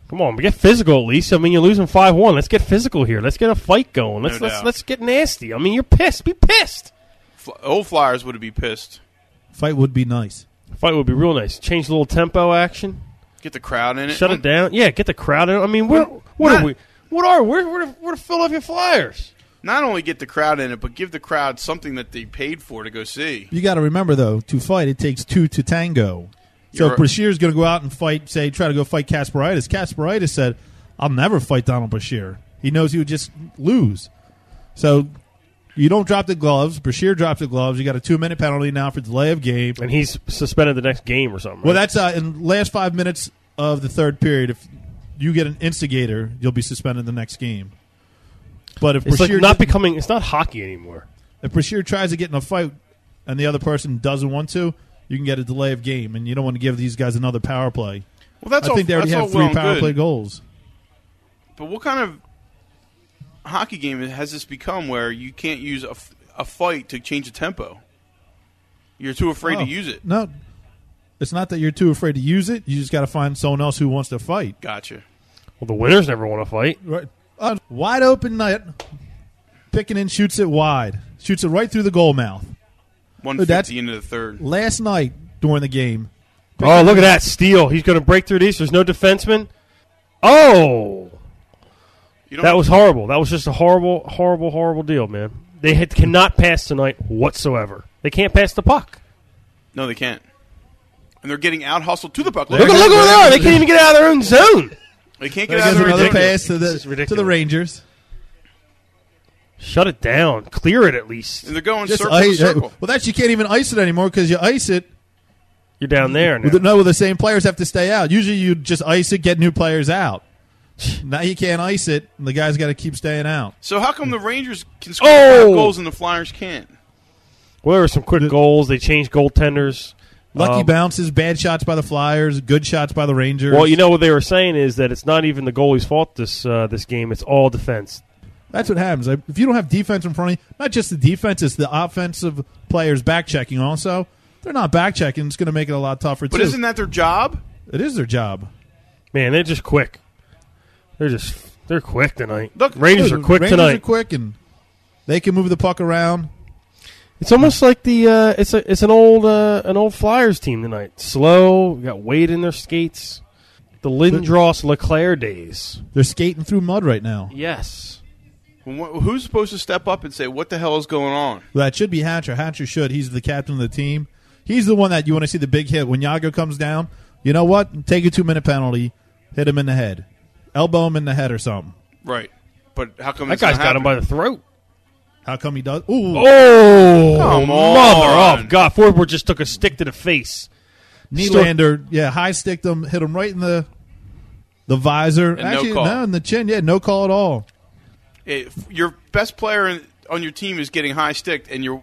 Speaker 2: Come on, get physical at least. I mean, you're losing five one. Let's get physical here. Let's get a fight going. Let's
Speaker 3: No
Speaker 2: let's
Speaker 3: doubt.
Speaker 2: let's get nasty. I mean, you're pissed. Be pissed.
Speaker 3: Fl- old Flyers would have been pissed.
Speaker 1: Fight would be nice.
Speaker 2: Fight would be real nice. Change a little tempo action.
Speaker 3: Get the crowd in it.
Speaker 2: Shut it down. Yeah, get the crowd in. I mean, what what
Speaker 3: not-
Speaker 2: are we? What are we're we're, we're the Philadelphia Flyers?
Speaker 3: Not only get the crowd in it, but give the crowd something that they paid for to go see.
Speaker 1: You got to remember though, to fight it takes two to tango. So
Speaker 3: You're
Speaker 1: if
Speaker 3: right.
Speaker 1: Bashir's going to go out and fight, say, try to go fight Kasparaitis. Kasparaitis said, "I'll never fight Donald Bashir. He knows he would just lose." So you don't drop the gloves. Bashir drops the gloves. You got a two minute penalty now for delay of game.
Speaker 2: And he's suspended the next game or something.
Speaker 1: Well,
Speaker 2: right?
Speaker 1: that's uh, in last five minutes of the third period. If you get an instigator, you'll be suspended the next game. But if
Speaker 2: it's
Speaker 1: Bashir
Speaker 2: like not
Speaker 1: didn't-
Speaker 2: becoming. It's not hockey anymore.
Speaker 1: if Bashir tries to get in a fight and the other person doesn't want to, you can get a delay of game, and you don't want to give these guys another power play.
Speaker 3: Well, that's
Speaker 1: I
Speaker 3: all.
Speaker 1: think they already
Speaker 3: that's
Speaker 1: have
Speaker 3: all
Speaker 1: three
Speaker 3: well and
Speaker 1: power
Speaker 3: good.
Speaker 1: play goals.
Speaker 3: But what kind of hockey game has this become where you can't use a, f- a fight to change the tempo? You're too afraid
Speaker 1: Oh.
Speaker 3: to use it.
Speaker 1: No, it's not that you're too afraid to use it. You just got to find someone else who wants to fight.
Speaker 3: Gotcha.
Speaker 2: Well, the winners never want to fight.
Speaker 1: Right, uh, wide open night, picking and shoots it wide, shoots it right through the goal mouth.
Speaker 3: One
Speaker 1: Oh, that's-
Speaker 3: fifty into the third.
Speaker 1: Last night during the game,
Speaker 2: Oh, look at that steal! He's going to break through these. There's no defenseman. Oh,
Speaker 3: You don't,
Speaker 2: that was horrible. That was just a horrible, horrible, horrible deal, man. They had, cannot pass tonight whatsoever. They can't pass the puck.
Speaker 3: no, they can't. And they're getting out hustled to the puck.
Speaker 2: Look, at look where they are. They can't even get out of their own zone.
Speaker 3: They can't get
Speaker 1: there's
Speaker 3: out of their
Speaker 1: another
Speaker 3: own zone.
Speaker 1: pass to
Speaker 2: This
Speaker 1: the
Speaker 2: is
Speaker 1: to the
Speaker 2: ridiculous.
Speaker 1: Rangers.
Speaker 2: Shut it down. Clear it at least.
Speaker 3: And they're going
Speaker 1: Just
Speaker 3: circle to
Speaker 1: ice- uh,
Speaker 3: circle.
Speaker 1: well, that's you can't even ice it anymore because you ice it.
Speaker 2: You're down there now.
Speaker 1: Well, the- no, well, the same players have to stay out. Usually, you just ice it, get new players out. now you can't ice it, and the guy's got to keep staying out.
Speaker 3: So how come the Rangers can score
Speaker 2: Oh!
Speaker 3: five goals and the Flyers can't?
Speaker 2: Well, there were some quick goals. They changed goaltenders.
Speaker 1: Lucky
Speaker 2: Um,
Speaker 1: bounces, bad shots by the Flyers, good shots by the Rangers.
Speaker 2: Well, you know what they were saying is that it's not even the goalie's fault this uh, this game. It's all defense.
Speaker 1: that's what happens. Like, If you don't have defense in front of you, not just the defense, it's the offensive players back checking. Also, they're not back checking. It's going to make it a lot tougher
Speaker 3: But
Speaker 1: too.
Speaker 3: isn't that their job?
Speaker 1: it is their job.
Speaker 2: Man, they're just quick. They're just they're quick tonight.
Speaker 3: Look,
Speaker 2: Rangers are
Speaker 1: Dude,
Speaker 2: quick
Speaker 1: Rangers
Speaker 2: tonight.
Speaker 1: Are quick and they can move the puck around.
Speaker 2: It's almost like the uh, it's a it's an old uh, an old Flyers team tonight. Slow. Got Wade in their skates. The Lindros Leclaire days.
Speaker 1: They're skating through mud right now.
Speaker 2: Yes.
Speaker 3: When wha- Who's supposed to step up and say, what the hell is going on?
Speaker 1: That should be Hatcher. Hatcher should. He's the captain of the team. He's the one that you want to see the big hit when Yago comes down. You know what? Take a two minute penalty, hit him in the head, elbow him in the head or something.
Speaker 3: Right. But how come
Speaker 2: That
Speaker 3: it's not
Speaker 2: guy's got him
Speaker 3: happening?
Speaker 2: by the throat.
Speaker 1: How come he does? Ooh,
Speaker 2: Oh,
Speaker 3: Come
Speaker 2: mother
Speaker 3: on.
Speaker 2: of God! Forbort just took a stick to the face.
Speaker 1: Nylander, yeah, high sticked him, hit him right in the the visor.
Speaker 3: no
Speaker 1: Actually,
Speaker 3: call.
Speaker 1: in the chin. Yeah, no call at all.
Speaker 3: if your best player in, on your team is getting high sticked and you're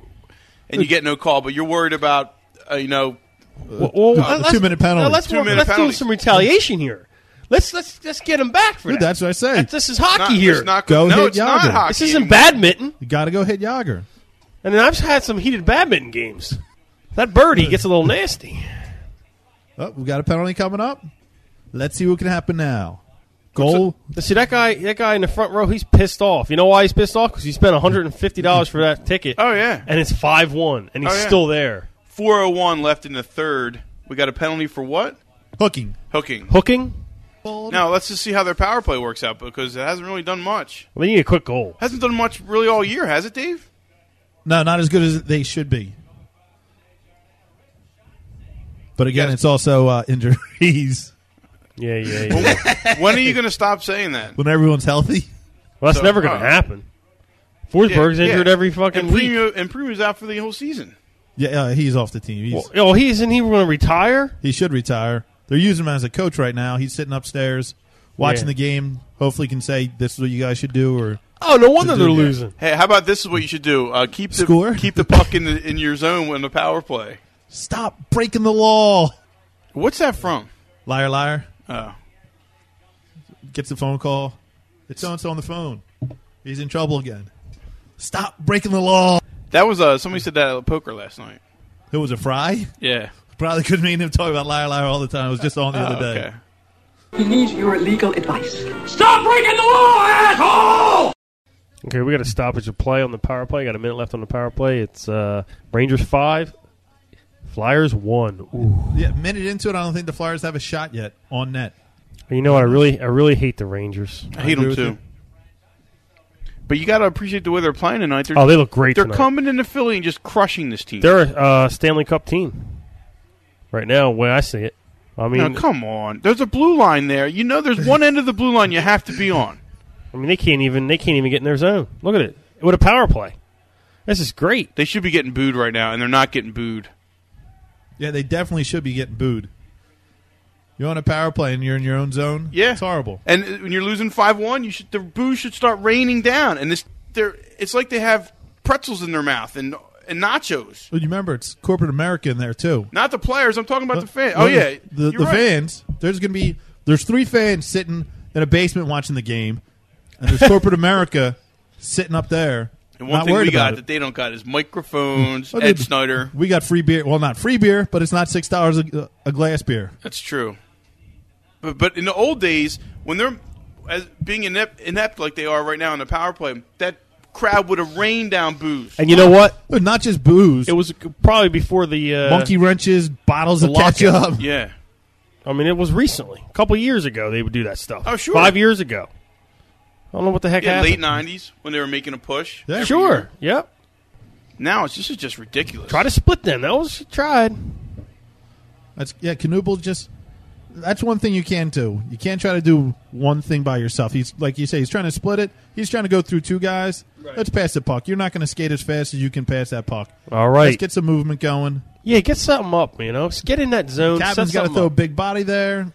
Speaker 3: and you get no call, but you're worried about uh, you know
Speaker 2: Uh, Well, well,
Speaker 1: the
Speaker 2: let's-
Speaker 1: two-minute penalty.
Speaker 2: now let's,
Speaker 3: Two-minute
Speaker 2: let's do
Speaker 3: penalty.
Speaker 2: some retaliation here. Let's let's let's get him back for
Speaker 1: Dude,
Speaker 2: that.
Speaker 1: that's what I say.
Speaker 2: That's- this is hockey
Speaker 3: not,
Speaker 2: here.
Speaker 3: It's not,
Speaker 1: Go
Speaker 3: no,
Speaker 1: hit
Speaker 3: it's not
Speaker 1: Yager.
Speaker 3: hockey.
Speaker 2: this isn't badminton.
Speaker 1: you got to go hit Yager.
Speaker 2: And then I've had some heated badminton games. That birdie gets a little nasty.
Speaker 1: Oh, we got a penalty coming up. Let's see what can happen now. Goal.
Speaker 2: See that guy? That guy in the front row. He's pissed off. You know why he's pissed off? Because he spent one hundred and fifty dollars for that ticket.
Speaker 3: Oh yeah.
Speaker 2: and it's five one, and he's
Speaker 3: Oh, yeah.
Speaker 2: still there
Speaker 3: Four oh one left in the third. We got a penalty for what?
Speaker 1: Hooking.
Speaker 3: Hooking.
Speaker 2: hooking.
Speaker 3: Now let's just see how their power play works out because it hasn't really done much.
Speaker 2: Well, they need a quick goal.
Speaker 3: Hasn't done much really all year, has it, Dave?
Speaker 1: No, not as good as they should be. But again,
Speaker 3: Yes.
Speaker 1: it's also uh, injuries
Speaker 2: Yeah, yeah, yeah. well,
Speaker 3: when are you going to stop saying that?
Speaker 1: when everyone's healthy.
Speaker 2: that's
Speaker 3: So,
Speaker 2: never going to
Speaker 3: uh,
Speaker 2: happen. Forsberg's
Speaker 3: Yeah, yeah.
Speaker 2: injured every fucking
Speaker 3: and
Speaker 2: week.
Speaker 3: Primo, and Primo's out for the whole season.
Speaker 1: Yeah, uh, he's off the team. He's,
Speaker 2: Well, oh, he isn't he going to retire?
Speaker 1: he should retire. They're using him as a coach right now. He's sitting upstairs watching the
Speaker 2: Yeah.
Speaker 1: game. Hopefully, can say this is what you guys should do. Or
Speaker 2: Oh, no wonder
Speaker 1: To do
Speaker 2: they're
Speaker 1: that.
Speaker 2: losing.
Speaker 3: Hey, how about this is what you should do? Uh, keep the
Speaker 1: Score?
Speaker 3: keep the puck in the, in your zone when the power play.
Speaker 1: stop breaking the law.
Speaker 3: What's that from?
Speaker 1: Liar, liar.
Speaker 3: Oh.
Speaker 1: Gets the phone call. It's so on the phone. He's in trouble again. Stop breaking the law.
Speaker 3: That was uh somebody said that at poker last night.
Speaker 1: Who was a fry?
Speaker 3: Yeah.
Speaker 1: Probably could mean him talking about liar, liar all the time. It was just on the
Speaker 3: Oh,
Speaker 1: other day.
Speaker 3: okay.
Speaker 4: He needs your legal advice.
Speaker 5: Stop breaking the law, asshole!
Speaker 2: Okay, we got a stoppage of play on the power play. Got a minute left on the power play. It's uh, Rangers five, Flyers one. Ooh.
Speaker 1: Yeah, minute into it, I don't think the Flyers have a shot yet on net.
Speaker 2: You know what? I really, I really hate the Rangers.
Speaker 3: I hate
Speaker 1: agree
Speaker 3: them
Speaker 1: with
Speaker 3: too.
Speaker 1: you.
Speaker 3: But you got to appreciate the way they're playing tonight. They're,
Speaker 2: Oh, they look great.
Speaker 3: they're
Speaker 2: tonight.
Speaker 3: coming into Philly and just crushing this team.
Speaker 2: They're a uh, Stanley Cup team right now. The way I see it, I mean,
Speaker 3: now, come on. There's a blue line there. You know, there's one end of the blue line you have to be on.
Speaker 2: I mean, they can't even they can't even get in their zone. Look at it. What a power play! This is great.
Speaker 3: They should be getting booed right now, and they're not getting booed.
Speaker 1: Yeah, they definitely should be getting booed. You're on a power play and you're in your own zone.
Speaker 3: Yeah.
Speaker 1: it's horrible.
Speaker 3: And uh, when you're losing five one, you should the boo should start raining down. And this, they're it's like they have pretzels in their mouth and and nachos.
Speaker 1: But you remember, it's corporate America in there too.
Speaker 3: Not the players. I'm talking about the fans. Oh yeah,
Speaker 1: the,
Speaker 3: You're
Speaker 1: the
Speaker 3: right.
Speaker 1: fans. There's going to be there's three fans sitting in a basement watching the game, and there's corporate America sitting up there.
Speaker 3: And one
Speaker 1: not
Speaker 3: thing
Speaker 1: worried
Speaker 3: we got
Speaker 1: about
Speaker 3: that
Speaker 1: it.
Speaker 3: they don't got is microphones.
Speaker 1: Oh,
Speaker 3: Ed
Speaker 1: dude,
Speaker 3: Snyder.
Speaker 1: We got free beer. Well, not free beer, but it's not six dollars a a glass beer.
Speaker 3: That's true. But but in the old days, when they're as being inept, inept like they are right now in the power play, that crowd would have rained down booze.
Speaker 2: And you know what?
Speaker 1: Dude, Not just booze,
Speaker 2: It was probably before the uh,
Speaker 1: monkey wrenches, bottles of ketchup.
Speaker 3: yeah.
Speaker 2: I mean, it was recently, a couple years ago, they would do that stuff.
Speaker 3: Oh, sure.
Speaker 2: five years ago. I don't know what the heck
Speaker 3: Yeah, late
Speaker 2: happened.
Speaker 3: nineties when they were making a push.
Speaker 1: Yeah.
Speaker 3: every
Speaker 2: Sure.
Speaker 3: year.
Speaker 2: Yep.
Speaker 3: Now it's this is just ridiculous.
Speaker 2: Try to split them. That was tried.
Speaker 1: That's yeah. Knuble just that's one thing you can do. You can't try to do one thing by yourself. He's like you say, he's trying to split it. He's trying to go through two guys. Let's pass the puck. You're not going to skate as fast as you can pass that puck.
Speaker 2: All
Speaker 1: Let's
Speaker 2: right.
Speaker 1: get some movement going.
Speaker 2: yeah, get something up. You know, Just get in that zone.
Speaker 1: Captain's
Speaker 2: set
Speaker 1: got to
Speaker 2: something
Speaker 1: throw a
Speaker 2: up.
Speaker 1: big body there.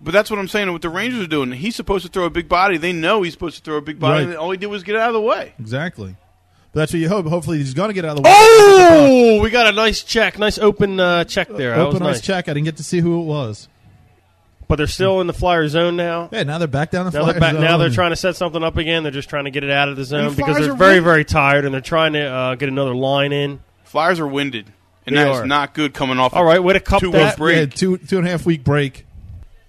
Speaker 3: But that's what I'm saying. What the Rangers are doing, he's supposed to throw a big body. They know he's supposed to throw a big body.
Speaker 1: Right.
Speaker 3: And all he did was get out of the way.
Speaker 1: Exactly. But that's what you hope. Hopefully, he's going to get out of the way.
Speaker 2: Oh, we got a nice check, nice open uh, check there. that was
Speaker 1: Open ice
Speaker 2: nice.
Speaker 1: check. I didn't get to see who it was.
Speaker 2: But they're still in the flyer zone now.
Speaker 1: Yeah, now they're back down the
Speaker 2: Now they're
Speaker 1: Flyers
Speaker 2: back. Now
Speaker 1: zone.
Speaker 2: they're trying to set something up again. They're just trying to get it out of the zone
Speaker 3: the
Speaker 2: because
Speaker 3: Flyers
Speaker 2: they're
Speaker 3: are
Speaker 2: very,
Speaker 3: winning.
Speaker 2: very tired and they're trying to uh, get another line in.
Speaker 3: Flyers are winded, and
Speaker 2: They
Speaker 3: that is
Speaker 2: are.
Speaker 3: not good coming off.
Speaker 2: All right, way to cup
Speaker 3: Two
Speaker 2: that.
Speaker 3: of break.
Speaker 1: Yeah, two two and a half week break.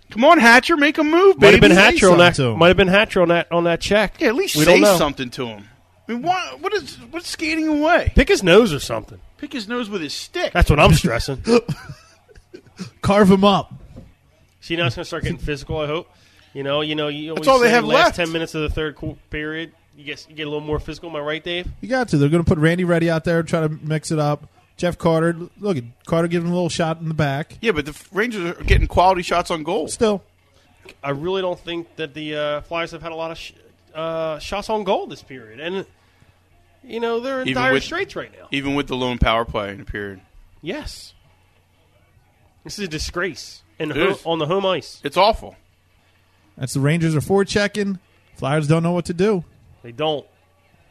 Speaker 3: Come on, Hatcher, make a move,
Speaker 2: Might
Speaker 3: baby.
Speaker 2: have been
Speaker 1: say
Speaker 2: Hatcher on that.
Speaker 1: something to 'em.
Speaker 2: Might have been Hatcher on that on that check.
Speaker 3: yeah, at least
Speaker 2: we
Speaker 3: say
Speaker 2: don't know.
Speaker 3: something to him. I mean, why, what is what's skating away?
Speaker 2: Pick his nose or something.
Speaker 3: Pick his nose with his stick.
Speaker 2: That's what I'm stressing.
Speaker 1: Carve him up.
Speaker 2: See, now it's going to start getting physical. I hope. You know, you know, you always
Speaker 3: all they
Speaker 2: say
Speaker 3: have
Speaker 2: last
Speaker 3: left.
Speaker 2: ten minutes of the third qu- period. You get you get a little more physical. Am I right, Dave?
Speaker 1: You got to. They're going to put Randy Reddy out there, try to mix it up. Jeff Carter, look at Carter giving him a little shot in the back.
Speaker 3: Yeah, but the Rangers are getting quality shots on goal.
Speaker 1: Still,
Speaker 2: I really don't think that the uh, Flyers have had a lot of sh- uh, shots on goal this period, and you know they're in
Speaker 3: Even
Speaker 2: dire
Speaker 3: with-
Speaker 2: straits right now.
Speaker 3: Even with the lone power play in the period.
Speaker 2: Yes, this is a disgrace, and
Speaker 3: It
Speaker 2: ho-
Speaker 3: is.
Speaker 2: on the home ice,
Speaker 3: It's awful.
Speaker 1: that's the Rangers are forechecking. Flyers don't know what to do.
Speaker 2: they don't.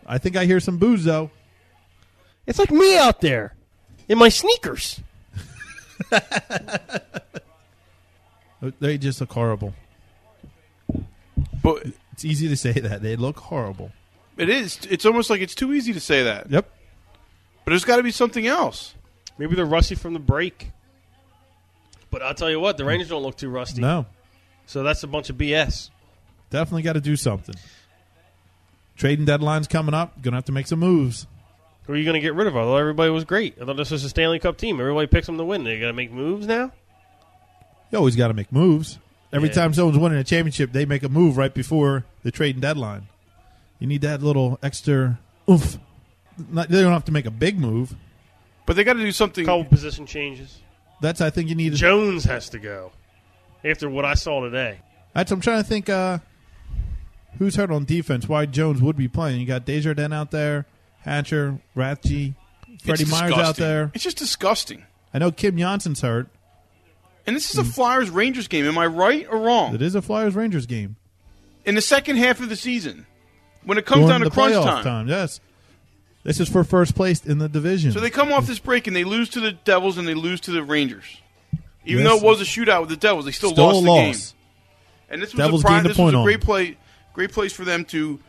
Speaker 1: I think I hear some booze though.
Speaker 2: It's like me out there in my sneakers.
Speaker 1: They just look horrible.
Speaker 3: But
Speaker 1: It's easy to say that they look horrible.
Speaker 3: it is. It's almost like it's too easy to say that.
Speaker 1: Yep.
Speaker 3: But there's got to be something else.
Speaker 2: Maybe they're rusty from the break. But I'll tell you what, the Rangers don't look too rusty.
Speaker 1: No,
Speaker 2: So that's a bunch of BS.
Speaker 1: definitely got to do something. Trading deadline's coming up. Gonna have to make some moves.
Speaker 2: Who are you going to get rid of? I thought everybody was great. I thought this was a Stanley Cup team. Everybody picks them to win. They got to make moves now?
Speaker 1: You always got to make moves. Every
Speaker 2: Yeah.
Speaker 1: time someone's winning a championship, they make a move right before the trading deadline. You need that little extra oomph. Not, they don't have to make a big move.
Speaker 3: But they got to do something.
Speaker 2: Couple position changes.
Speaker 1: That's I think you need.
Speaker 2: Jones has to go after what I saw today.
Speaker 1: That's I'm trying to think. Uh, who's hurt on defense? Why Jones would be playing? You got Desjardins out there, Hatcher, Rathje,
Speaker 3: It's
Speaker 1: Freddie Myers out
Speaker 3: disgusting.
Speaker 1: there.
Speaker 3: It's just disgusting.
Speaker 1: I know Kim Janssen's hurt.
Speaker 3: And this is a Flyers Rangers game. Am I right or
Speaker 1: Mm. It
Speaker 3: wrong?
Speaker 1: is a Flyers Rangers game.
Speaker 3: In the second half of the season, when it comes down
Speaker 1: During
Speaker 3: to
Speaker 1: the
Speaker 3: crunch
Speaker 1: playoff
Speaker 3: time.
Speaker 1: Yes, this is for first place in the division.
Speaker 3: So they come off this break and they lose to the Devils and they lose to the Rangers. Even
Speaker 1: Yes.
Speaker 3: though it was a shootout with the Devils, they still,
Speaker 1: Still a
Speaker 3: lost the game.
Speaker 1: loss.
Speaker 3: And this was
Speaker 1: Devils
Speaker 3: a prime,
Speaker 1: gained a
Speaker 3: this
Speaker 1: point
Speaker 3: was a
Speaker 1: on
Speaker 3: great
Speaker 1: them.
Speaker 3: play, great place for them to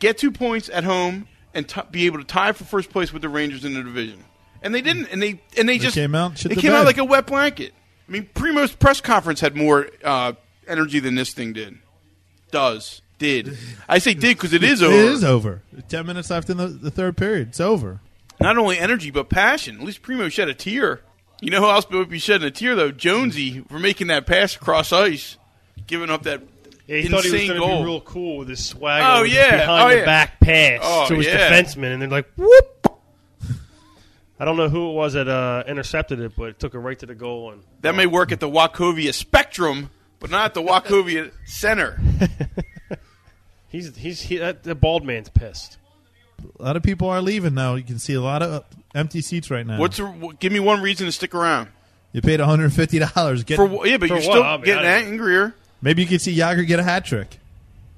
Speaker 3: get two points at home and t- be able to tie for first place with the Rangers in the division. And they didn't. And they and they, just
Speaker 1: came out and shit
Speaker 3: They
Speaker 1: the
Speaker 3: came out
Speaker 1: bed.
Speaker 3: like a wet blanket. I mean, Primo's press conference had more uh, energy than this thing did. Does did I say did because it is over.
Speaker 1: It is over. Ten minutes left in the, the third period. It's over.
Speaker 3: not only energy but passion. At least Primo shed a tear. You know who else would be shedding a tear though? Jonesy for making that pass across ice, giving up that
Speaker 2: Yeah, he
Speaker 3: insane
Speaker 2: thought he was going to
Speaker 3: goal.
Speaker 2: be real cool with his swagger.
Speaker 3: Oh,
Speaker 2: with his
Speaker 3: yeah.
Speaker 2: behind
Speaker 3: Oh,
Speaker 2: the
Speaker 3: yeah.
Speaker 2: back pass
Speaker 3: Oh,
Speaker 2: to his
Speaker 3: yeah.
Speaker 2: defenseman, and they're like, whoop. I don't know who it was that uh, intercepted it, but it took it right to the goal. And
Speaker 3: that may work at the Wachovia Spectrum, but not at the Wachovia Center.
Speaker 2: he's he's he, that, that bald man's pissed.
Speaker 1: A lot of people are leaving now. You can see a lot of uh, empty seats right now.
Speaker 3: What's the, wh- give me one reason to stick around?
Speaker 1: you paid one hundred fifty dollars? Get
Speaker 3: For wh- yeah, but
Speaker 2: For
Speaker 3: you're
Speaker 2: what?
Speaker 3: still
Speaker 2: I mean,
Speaker 3: getting
Speaker 2: I don't-
Speaker 3: angrier.
Speaker 1: maybe you could see Yager get a hat trick.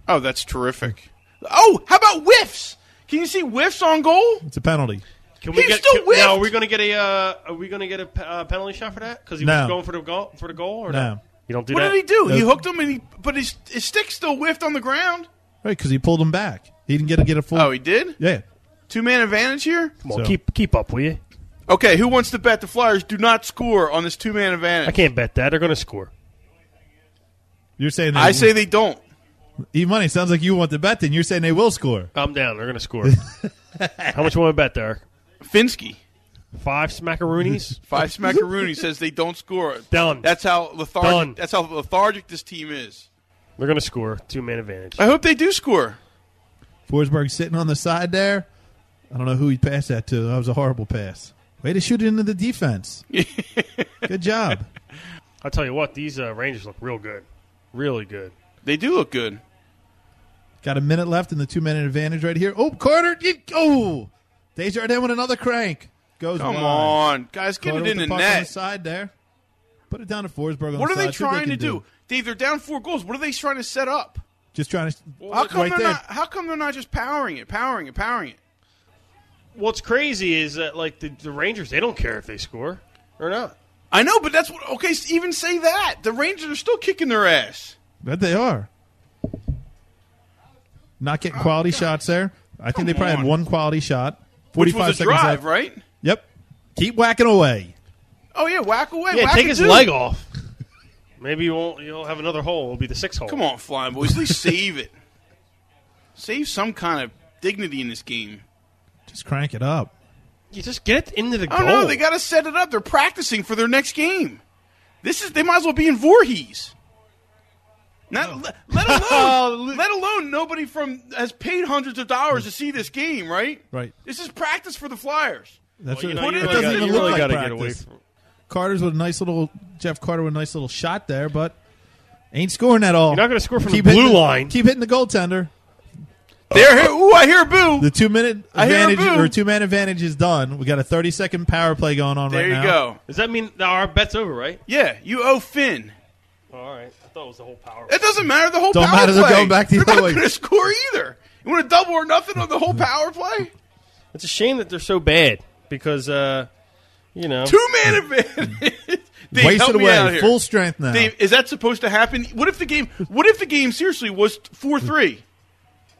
Speaker 3: Oh, that's terrific. Oh, how about whiffs? Can you see whiffs on goal?
Speaker 1: It's a penalty.
Speaker 2: Can we
Speaker 3: He
Speaker 2: get
Speaker 3: still
Speaker 2: can, now?
Speaker 3: whiffed!
Speaker 2: Are we going to get a uh, are we going to get a pe- uh, penalty shot for that? Because he
Speaker 1: No.
Speaker 2: was going for the goal for the goal. Or
Speaker 1: No.
Speaker 2: not? you don't do
Speaker 3: What
Speaker 2: that.
Speaker 3: did he do? He
Speaker 1: Uh,
Speaker 3: hooked him, and he but his his stick still whiffed on the ground.
Speaker 1: Right, because he pulled him back. He didn't get to get a full.
Speaker 3: Oh, he did.
Speaker 1: yeah.
Speaker 3: Two man advantage here.
Speaker 2: Come on,
Speaker 1: So-
Speaker 2: keep keep up, will you?
Speaker 3: Okay, who wants to bet the Flyers do not score on this two man advantage?
Speaker 2: I can't bet that they're going to score.
Speaker 1: You're saying
Speaker 3: I say they don't.
Speaker 1: E money sounds like you want to bet. Then you're saying they will score.
Speaker 2: I'm down. They're going to score. How much you want to bet there?
Speaker 3: Finsky,
Speaker 2: Five smackaroonies.
Speaker 3: five smackaroony says they don't score.
Speaker 2: Done.
Speaker 3: That's how lethargic.
Speaker 2: Done.
Speaker 3: That's how lethargic this team is.
Speaker 2: they're going to score. Two man advantage.
Speaker 3: I hope they do score.
Speaker 1: Forsberg sitting on the side there. I don't know who he passed that to. That was a horrible pass. Way to shoot it into the defense. Good job.
Speaker 2: I'll tell you what. These uh, Rangers look real good. Really good.
Speaker 3: They do look good.
Speaker 1: Got a minute left in the two minute advantage right here. Oh, Carter. you- oh, Desjardins with another crank. Goes
Speaker 3: Come
Speaker 1: wide.
Speaker 3: on, guys, get
Speaker 1: Carter
Speaker 3: it in
Speaker 1: with
Speaker 3: the
Speaker 1: the puck on the
Speaker 3: net.
Speaker 1: side there. Put it down to Forsberg. On
Speaker 3: What
Speaker 1: the
Speaker 3: are they
Speaker 1: side. See what
Speaker 3: trying
Speaker 1: can
Speaker 3: to do? Dave, they're down four goals. What are they trying to set up?
Speaker 1: Just trying to.
Speaker 3: How come
Speaker 1: right
Speaker 3: they're
Speaker 1: there.
Speaker 3: not? How come they're not just powering it, powering it, powering it?
Speaker 2: What's crazy is that like the, the Rangers, they don't care if they score or not.
Speaker 3: I know, but that's what. Okay, even say that the Rangers are still kicking their ass.
Speaker 1: Bet they are. Not getting quality shots there. I think they probably
Speaker 3: Oh, on.
Speaker 1: had one quality shot.
Speaker 3: Which
Speaker 1: 45
Speaker 3: was a
Speaker 1: seconds
Speaker 3: drive,
Speaker 1: left.
Speaker 3: right?
Speaker 1: Yep. Keep whacking away.
Speaker 3: Oh yeah, whack away.
Speaker 2: Yeah,
Speaker 3: whack
Speaker 2: take
Speaker 3: it
Speaker 2: his
Speaker 3: too.
Speaker 2: leg off. Maybe you won't. You'll have another hole. It'll be the sixth hole.
Speaker 3: Come on, flying boys. At least save it. Save some kind of dignity in this game.
Speaker 1: Just crank it up.
Speaker 2: You just get into the
Speaker 3: I
Speaker 2: goal.
Speaker 3: Oh, don't know. They got to set it up. They're practicing for their next game. This is they might as well be in Voorhees. Not, le- let alone let alone nobody from has paid hundreds of dollars to see this game, right?
Speaker 1: Right.
Speaker 3: This is practice for the Flyers.
Speaker 1: That's
Speaker 2: you
Speaker 1: it.
Speaker 2: know,
Speaker 3: Put
Speaker 2: you
Speaker 3: it
Speaker 2: really
Speaker 3: doesn't
Speaker 2: gotta-
Speaker 3: even
Speaker 2: you
Speaker 3: look
Speaker 2: really
Speaker 3: like
Speaker 2: got to get away
Speaker 1: practice.
Speaker 2: from
Speaker 1: Carter's with a nice little Jeff Carter with a nice little shot there, but ain't scoring at all.
Speaker 2: You're not gonna score from the
Speaker 1: Keep hitting
Speaker 2: blue line.
Speaker 1: Keep hitting the goaltender.
Speaker 3: There, ooh, I hear boo.
Speaker 1: The two minute
Speaker 3: I hear a
Speaker 1: advantage
Speaker 3: boo.
Speaker 1: or two man advantage is done. We got a thirty second power play going on
Speaker 3: There
Speaker 1: right
Speaker 3: you
Speaker 1: now.
Speaker 3: go.
Speaker 2: Does that mean that our bet's over, right?
Speaker 3: Yeah, you owe Finn.
Speaker 2: All right. I thought it was the whole power.
Speaker 3: It doesn't matter. The whole
Speaker 1: Don't
Speaker 3: power
Speaker 1: matter, they're
Speaker 3: play.
Speaker 1: going back the
Speaker 3: They're
Speaker 1: other
Speaker 3: not
Speaker 1: way.
Speaker 3: going to score either. You want to double or nothing on the whole power play?
Speaker 2: It's a shame that they're so bad because, uh, you know,
Speaker 3: Two man advantage. Dave,
Speaker 1: Waste
Speaker 3: help
Speaker 1: it
Speaker 3: me out
Speaker 1: away.
Speaker 3: here.
Speaker 1: Full strength now.
Speaker 3: Dave, is that supposed to happen? What if the game? What if the game seriously was four three,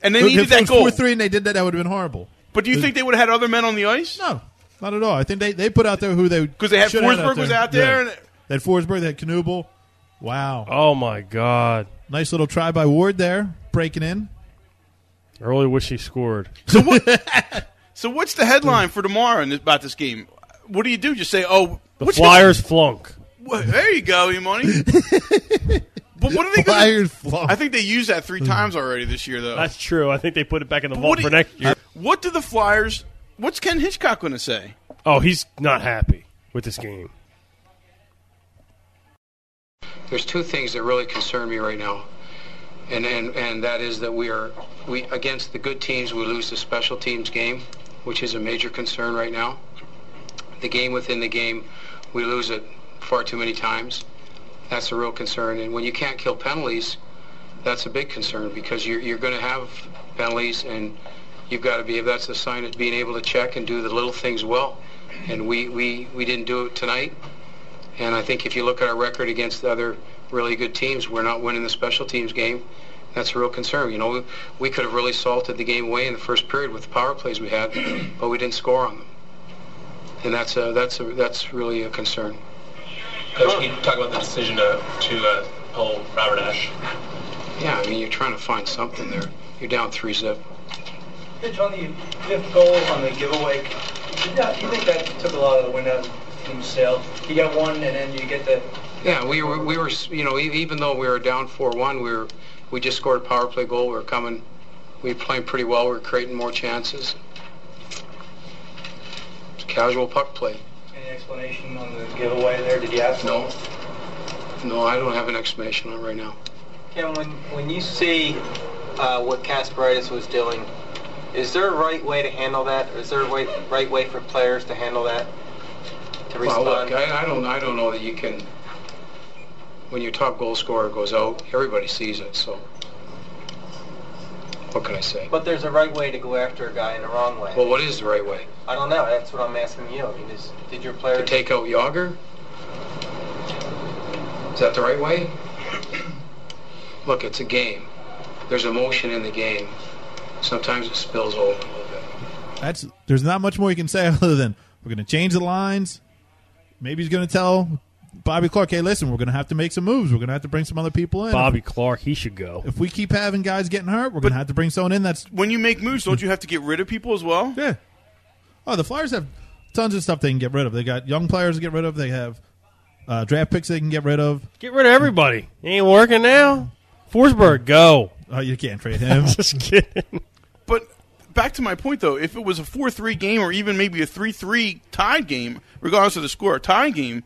Speaker 3: and they
Speaker 1: Look,
Speaker 3: needed
Speaker 1: if it
Speaker 3: that
Speaker 1: was
Speaker 3: goal?
Speaker 1: four three and they did that, that would have been horrible.
Speaker 3: But do you think they would have had other men on the ice?
Speaker 1: No, not at all. I think they, they put out there who they
Speaker 3: because they had
Speaker 1: should have
Speaker 3: Forsberg was out there. And,
Speaker 1: They had Forsberg, they had Knubel. Wow,
Speaker 2: oh my God.
Speaker 1: nice little try by Ward there, breaking in.
Speaker 2: I really wish he scored.
Speaker 3: so what's the headline for tomorrow in this, about this game? What do you do? Just say, "Oh,
Speaker 2: The
Speaker 3: what's
Speaker 2: Flyers flunk.
Speaker 3: Well, there you go, Imani. but what are they going?
Speaker 1: Flyers Hmm. flop.
Speaker 3: I think they used that three times already this year, though.
Speaker 2: That's true. I think they put it back in the
Speaker 3: But what,
Speaker 2: vault for
Speaker 3: do you-
Speaker 2: next year.
Speaker 3: what do the Flyers? What's Ken Hitchcock going to say?
Speaker 2: Oh, he's not happy with this game.
Speaker 6: There's two things that really concern me right now. And, and, and that is that we are, we, against the good teams, we lose the special teams game, which is a major concern right now. The game within the game, we lose it far too many times. That's a real concern. And when you can't kill penalties, that's a big concern because you're, you're going to have penalties and you've got to be, that's a sign of being able to check and do the little things well. And we, we, we didn't do it tonight. And I think if you look at our record against the other really good teams, we're not winning the special teams game. That's a real concern. You know, we, we could have really salted the game away in the first period with the power plays we had, but we didn't score on them. And that's a, that's a, that's really a concern.
Speaker 7: Coach, can you talk about the decision to, to uh, pull Robert Ash?
Speaker 6: Yeah, I mean, you're trying to find something there. You're down three zip.
Speaker 8: Pitch on the fifth goal on the giveaway. Yeah, you think that took a lot of the wind out of team's sail? You got one, and then you get the
Speaker 6: Yeah, we were, we were, you know, e- even though we were down 4-1, we were, we just scored a power play goal. We were coming, we were playing pretty well. We were creating more chances. It's casual puck play.
Speaker 8: any explanation on the giveaway there. Did you ask?
Speaker 6: No. No, I don't have an explanation on right now.
Speaker 9: Ken, when, when you see uh, what Casperitis was doing, is there a right way to handle that? Or is there a way, right way for players to handle that? To
Speaker 6: Well,
Speaker 9: respond?
Speaker 6: look, I, I don't, I don't know that you can. When your top goal scorer goes out, everybody sees it. So, what can I say?
Speaker 9: but there's a right way to go after a guy and a wrong way.
Speaker 6: Well, what is the right way?
Speaker 9: I don't know. That's what I'm asking you. I mean, is, did your player
Speaker 6: To take out Yager? Is that the right way? Look, it's a game. There's emotion in the game. Sometimes it spills over a little bit.
Speaker 1: That's there's not much more you can say other than we're going to change the lines. Maybe he's going to tell Bobby Clark, "Hey, listen, we're going to have to make some moves. We're going to have to bring some other people in.
Speaker 2: Bobby Clark, he should go.
Speaker 1: If we keep having guys getting hurt, we're going to have to bring someone in that's
Speaker 3: When you make moves, don't you have to get rid of people as well?
Speaker 1: yeah. Oh, the Flyers have tons of stuff they can get rid of. They got young players to get rid of. They have uh, draft picks they can get rid of.
Speaker 2: Get rid of everybody. It ain't working now. Forsberg, go.
Speaker 1: Oh, you can't trade him.
Speaker 2: Just kidding.
Speaker 3: But back to my point, though, if it was a four-three game or even maybe a three-three tied game, regardless of the score, a tie game,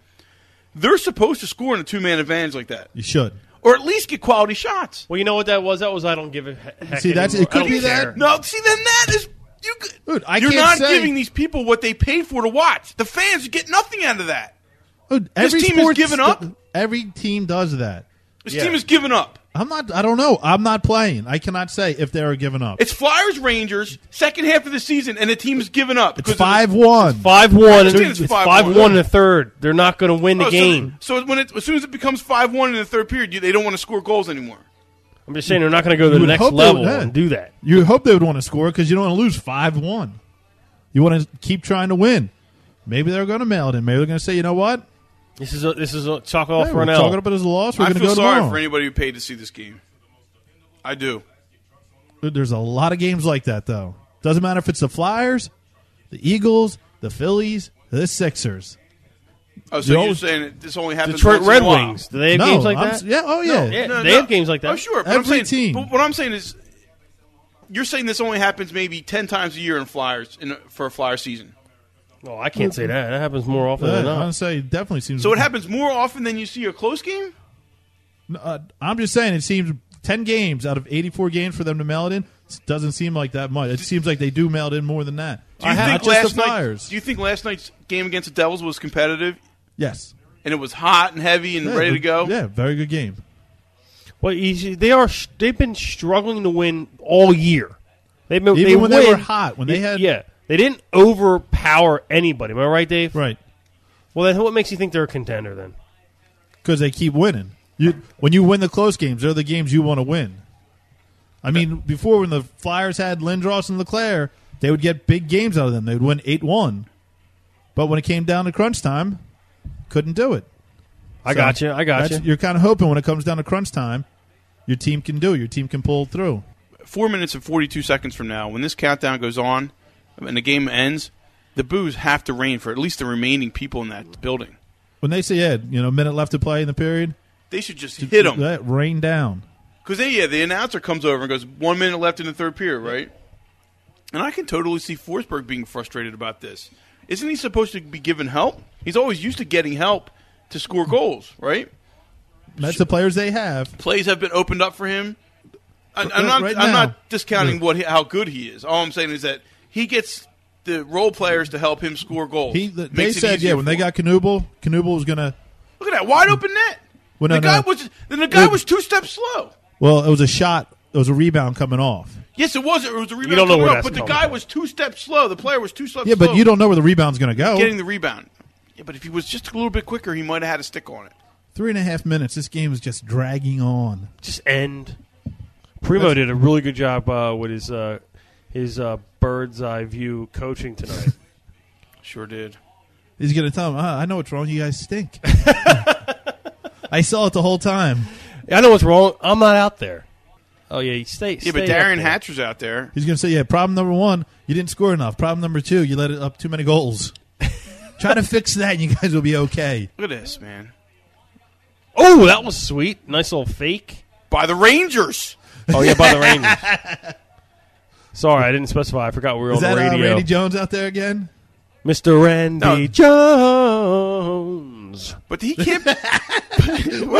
Speaker 3: they're supposed to score in a two-man advantage like that,
Speaker 1: you should.
Speaker 3: or at least get quality shots.
Speaker 2: Well, you know what that was? That was I don't give a he- heck
Speaker 1: See, that's-
Speaker 2: anymore.
Speaker 1: it could
Speaker 2: I don't
Speaker 1: be that.
Speaker 2: care.
Speaker 3: No, see, then that is you. c-
Speaker 1: Dude, I
Speaker 3: you're
Speaker 1: can't
Speaker 3: not
Speaker 1: say-
Speaker 3: giving these people what they paid for to watch. The fans get nothing out of that.
Speaker 1: Oh, Every
Speaker 3: team has
Speaker 1: sports-
Speaker 3: given up?
Speaker 1: Every team does that.
Speaker 3: This
Speaker 2: Yeah.
Speaker 3: team is giving up.
Speaker 1: I'm not. I don't know. I'm not playing. I cannot say if they are giving up.
Speaker 3: It's Flyers Rangers second half of the season, and the team is giving up.
Speaker 1: It's
Speaker 3: because of-
Speaker 1: five one.
Speaker 2: Five one.
Speaker 3: Dude, it's
Speaker 2: It's five
Speaker 3: 5-1.
Speaker 2: one and a third. They're not going to win the
Speaker 3: Oh, so-
Speaker 2: game.
Speaker 3: So, when it, as soon as it becomes five one in the third period, you, they don't want to score goals anymore.
Speaker 2: I'm just saying they're not going to go to
Speaker 1: You
Speaker 2: the
Speaker 1: would
Speaker 2: next
Speaker 1: hope they
Speaker 2: level
Speaker 1: would, yeah.
Speaker 2: and do that.
Speaker 1: You hope they would want to score because you don't want to lose 5 1. You want to keep trying to win. Maybe they're going to mail it in. Maybe they're going to say, you know what?
Speaker 2: This is a, this is a chalk off
Speaker 1: Hey,
Speaker 2: for
Speaker 1: we're
Speaker 2: an
Speaker 1: talking
Speaker 2: L.
Speaker 1: about it as a loss. We're
Speaker 3: I
Speaker 1: going to
Speaker 3: feel
Speaker 1: go
Speaker 3: sorry
Speaker 1: tomorrow.
Speaker 3: for anybody who paid to see this game. I do.
Speaker 1: There's a lot of games like that, though. Doesn't matter if it's the Flyers, the Eagles, the Phillies, the Sixers.
Speaker 3: Oh, so
Speaker 1: You
Speaker 3: you're
Speaker 1: always-
Speaker 3: saying that this only happens
Speaker 2: Detroit
Speaker 3: once in
Speaker 2: Red
Speaker 3: a while.
Speaker 2: Wings. Do they have
Speaker 1: No,
Speaker 2: games like
Speaker 1: I'm
Speaker 2: that?
Speaker 1: s- yeah, oh, yeah.
Speaker 2: yeah,
Speaker 3: No,
Speaker 2: they
Speaker 3: no.
Speaker 2: have games like that.
Speaker 3: Oh, sure. But I'm
Speaker 1: Every team.
Speaker 3: saying, But what I'm saying is, you're saying this only happens maybe ten times a year in Flyers in, for a Flyer season.
Speaker 2: Oh, I can't say that. That happens more often
Speaker 1: Yeah,
Speaker 2: than
Speaker 1: Uh, I'm
Speaker 2: not.
Speaker 1: gonna say it definitely seems.
Speaker 3: So it happens more often than you see a close game.
Speaker 1: Uh, I'm just saying it seems ten games out of 84 games for them to mail it in s- doesn't seem like that much. It seems like they do mail it in more than that.
Speaker 3: Do you
Speaker 1: Not
Speaker 3: think
Speaker 1: just
Speaker 3: last
Speaker 1: the
Speaker 3: night?
Speaker 1: Flyers.
Speaker 3: Do you think last night's game against the Devils was competitive
Speaker 1: yes.
Speaker 3: and it was hot and heavy and
Speaker 1: Yeah,
Speaker 3: ready to
Speaker 1: but-
Speaker 3: go?
Speaker 1: Yeah, very good game.
Speaker 2: Well, you see, they are. sh- They've been struggling to win all year. They've been
Speaker 1: Even
Speaker 2: they
Speaker 1: when they were
Speaker 2: win-
Speaker 1: hot, when they had-
Speaker 2: yeah, they didn't overpower anybody. Am I right, Dave?
Speaker 1: Right.
Speaker 2: Well, then what makes you think they're a contender then?
Speaker 1: because they keep winning. You, when you win the close games, they're the games you want to win. I mean, before when the Flyers had Lindros and Leclaire, they would get big games out of them. They would win eight one, but when it came down to crunch time, couldn't do it.
Speaker 2: I
Speaker 1: So
Speaker 2: got you. I got
Speaker 1: that's-
Speaker 2: you.
Speaker 1: You're kind of hoping when it comes down to crunch time, your team can do. it. Your team can pull through.
Speaker 3: Four minutes and forty-two seconds from now, when this countdown goes on and the game ends, the boos have to rain for at least the remaining people in that building.
Speaker 1: When they say, "Yeah, you know, minute left to play in the period,"
Speaker 3: They should just hit them.
Speaker 1: That rain down.
Speaker 3: Because yeah, the announcer comes over and goes, one minute left in the third period, right? And I can totally see Forsberg being frustrated about this. Isn't he supposed to be given help? He's always used to getting help to score goals, right?
Speaker 1: That's the players they have.
Speaker 3: Plays have been opened up for him. I, I'm
Speaker 1: Right-
Speaker 3: not.
Speaker 1: right
Speaker 3: I'm
Speaker 1: now.
Speaker 3: not discounting what he, how good he is. All I'm saying is that he gets the role players to help him score goals.
Speaker 1: He, they
Speaker 3: Makes it
Speaker 1: said,
Speaker 3: easier
Speaker 1: "Yeah, when
Speaker 3: for
Speaker 1: they
Speaker 3: him.
Speaker 1: got Knubel, Knubel was going to
Speaker 3: look at that wide open net.
Speaker 1: Well,
Speaker 3: the
Speaker 1: no,
Speaker 3: guy
Speaker 1: no.
Speaker 3: was. Then the guy
Speaker 1: Look-
Speaker 3: was two steps slow.
Speaker 1: Well, it was a shot. It was a rebound coming off.
Speaker 3: Yes, it was. It was a rebound.
Speaker 2: don't know
Speaker 3: coming
Speaker 2: where
Speaker 3: up,
Speaker 2: that's
Speaker 3: but the
Speaker 2: coming
Speaker 3: guy
Speaker 2: from.
Speaker 3: was two steps slow. The player was two steps.
Speaker 1: Yeah, but
Speaker 3: slow
Speaker 1: you don't know where the rebound's going to go.
Speaker 3: getting the rebound. Yeah, but if he was just a little bit quicker, he might have had a stick on it.
Speaker 1: Three and a half minutes. This game is just dragging on.
Speaker 2: Just end. Primo did a really good job uh, with his uh, his uh, bird's eye view coaching tonight.
Speaker 3: Sure did.
Speaker 1: He's going to tell him, ah, I know what's wrong. You guys stink. I saw it the whole time.
Speaker 2: I know what's wrong. I'm not out there. Oh yeah, you stay.
Speaker 3: Yeah, but Darren Hatcher's out there.
Speaker 1: He's going to say, yeah, problem number one, you didn't score enough. Problem number two, you let it up too many goals. Try to fix that and you guys will be okay.
Speaker 3: Look at this, man.
Speaker 2: Oh, that was sweet. Nice little fake.
Speaker 3: By the Rangers.
Speaker 2: Oh yeah, by the Rangers. Sorry, I didn't specify. I forgot we were
Speaker 1: Is
Speaker 2: on
Speaker 1: that
Speaker 2: the
Speaker 1: uh,
Speaker 2: radio.
Speaker 1: Randy Jones out there again?
Speaker 2: Mr. Randy
Speaker 3: No.
Speaker 2: Jones.
Speaker 3: But he can't. Where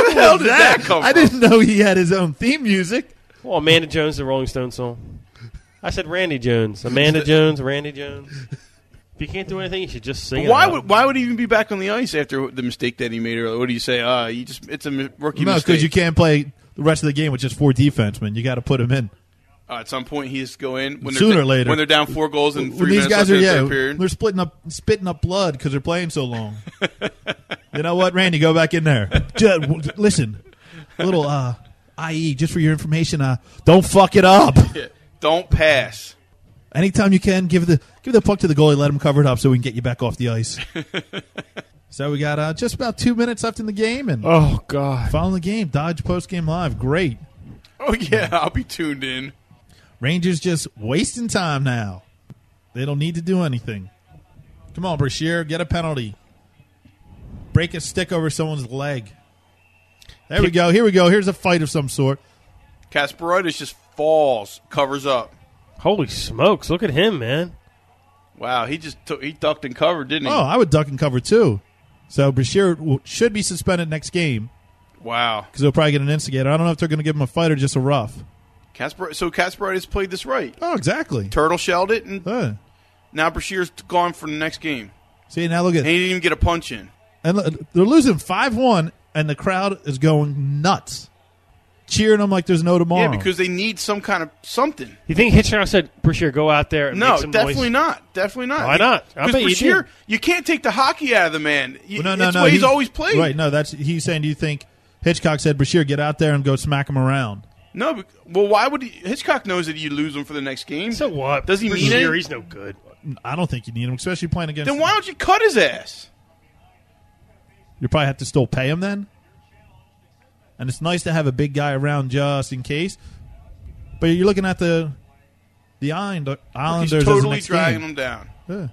Speaker 3: the hell did that, come
Speaker 1: I
Speaker 3: from?
Speaker 1: didn't know he had his own theme music.
Speaker 2: Well, Oh, Amanda Jones, the Rolling Stone song. I said Randy Jones, Amanda Jones, Randy Jones. If you can't do anything, you should just sing. it
Speaker 3: Why
Speaker 2: out.
Speaker 3: would why would he even be back on the ice after the mistake that he made earlier? What do you say? Uh, you just it's a mi- rookie
Speaker 1: no,
Speaker 3: mistake.
Speaker 1: because you can't play the rest of the game with just four defensemen. You got to put them in.
Speaker 3: Uh, at some point, he has to go in when they're
Speaker 1: Sooner or
Speaker 3: da-
Speaker 1: later.
Speaker 3: when they're down four goals and
Speaker 1: Well,
Speaker 3: three minutes left in the third period.
Speaker 1: they're splitting up, spitting up blood because they're playing so long. you know what, Randy, go back in there. Just, w- listen, little uh, IE, just for your information, uh, don't fuck it up.
Speaker 3: Yeah. Don't pass.
Speaker 1: Anytime you can, give the give the puck to the goalie, let him cover it up so we can get you back off the ice. so we got uh, just about two minutes left in the game, and
Speaker 2: Oh God.
Speaker 1: following the game, Dodge post game live, great.
Speaker 3: Oh yeah, I'll be tuned in.
Speaker 1: Rangers just wasting time now. They don't need to do anything. Come on, Brashear, get a penalty. Break a stick over someone's leg. There we go. Here we go. Here's a fight of some sort.
Speaker 3: Kasparaitis just falls, covers up.
Speaker 2: Holy smokes! Look at him, man.
Speaker 3: Wow, he just took, he ducked and covered, didn't he?
Speaker 1: Oh, I would duck and cover too. So Brashear w- should be suspended next game
Speaker 3: Wow,
Speaker 1: because they'll probably get an instigator. I don't know if they're going to give him a fight or just a rough.
Speaker 3: Casper. So Kasparaitis played this right.
Speaker 1: Oh, exactly.
Speaker 3: Turtle shelled it, and
Speaker 1: Huh.
Speaker 3: now Brashear's gone for the next game.
Speaker 1: See now, look at
Speaker 3: And he didn't even get a punch in.
Speaker 1: and look, they're losing five one, and the crowd is going nuts, cheering them like there's no tomorrow.
Speaker 3: Yeah, because they need some kind of something.
Speaker 2: You think Hitchcock said Brashear go out there and
Speaker 3: No,
Speaker 2: make some
Speaker 3: definitely
Speaker 2: noise?
Speaker 3: not. Definitely not.
Speaker 2: Why not? I
Speaker 3: Because
Speaker 2: bet you
Speaker 3: Brashear,
Speaker 2: did.
Speaker 3: you can't take the hockey out of the man. You,
Speaker 1: Well, no, no,
Speaker 3: it's
Speaker 1: no.
Speaker 3: the way he's,
Speaker 1: he-
Speaker 3: always played.
Speaker 1: Right. No, that's he's saying. Do you think Hitchcock said Bashir get out there and go smack him around?
Speaker 3: No. be- Well, why would he, Hitchcock knows that you lose him for the next game?
Speaker 2: So what?
Speaker 3: Does he mean
Speaker 2: Brashear,
Speaker 3: it?
Speaker 2: He's no good.
Speaker 1: I don't think you need him, especially playing against.
Speaker 3: then why don't you cut his ass?
Speaker 1: you probably have to still pay him then? And it's nice to have a big guy around just in case. But you're looking at the the Islander-
Speaker 3: He's
Speaker 1: Islanders. as the
Speaker 3: totally
Speaker 1: next
Speaker 3: dragging
Speaker 1: game.
Speaker 3: him down.
Speaker 1: Yeah.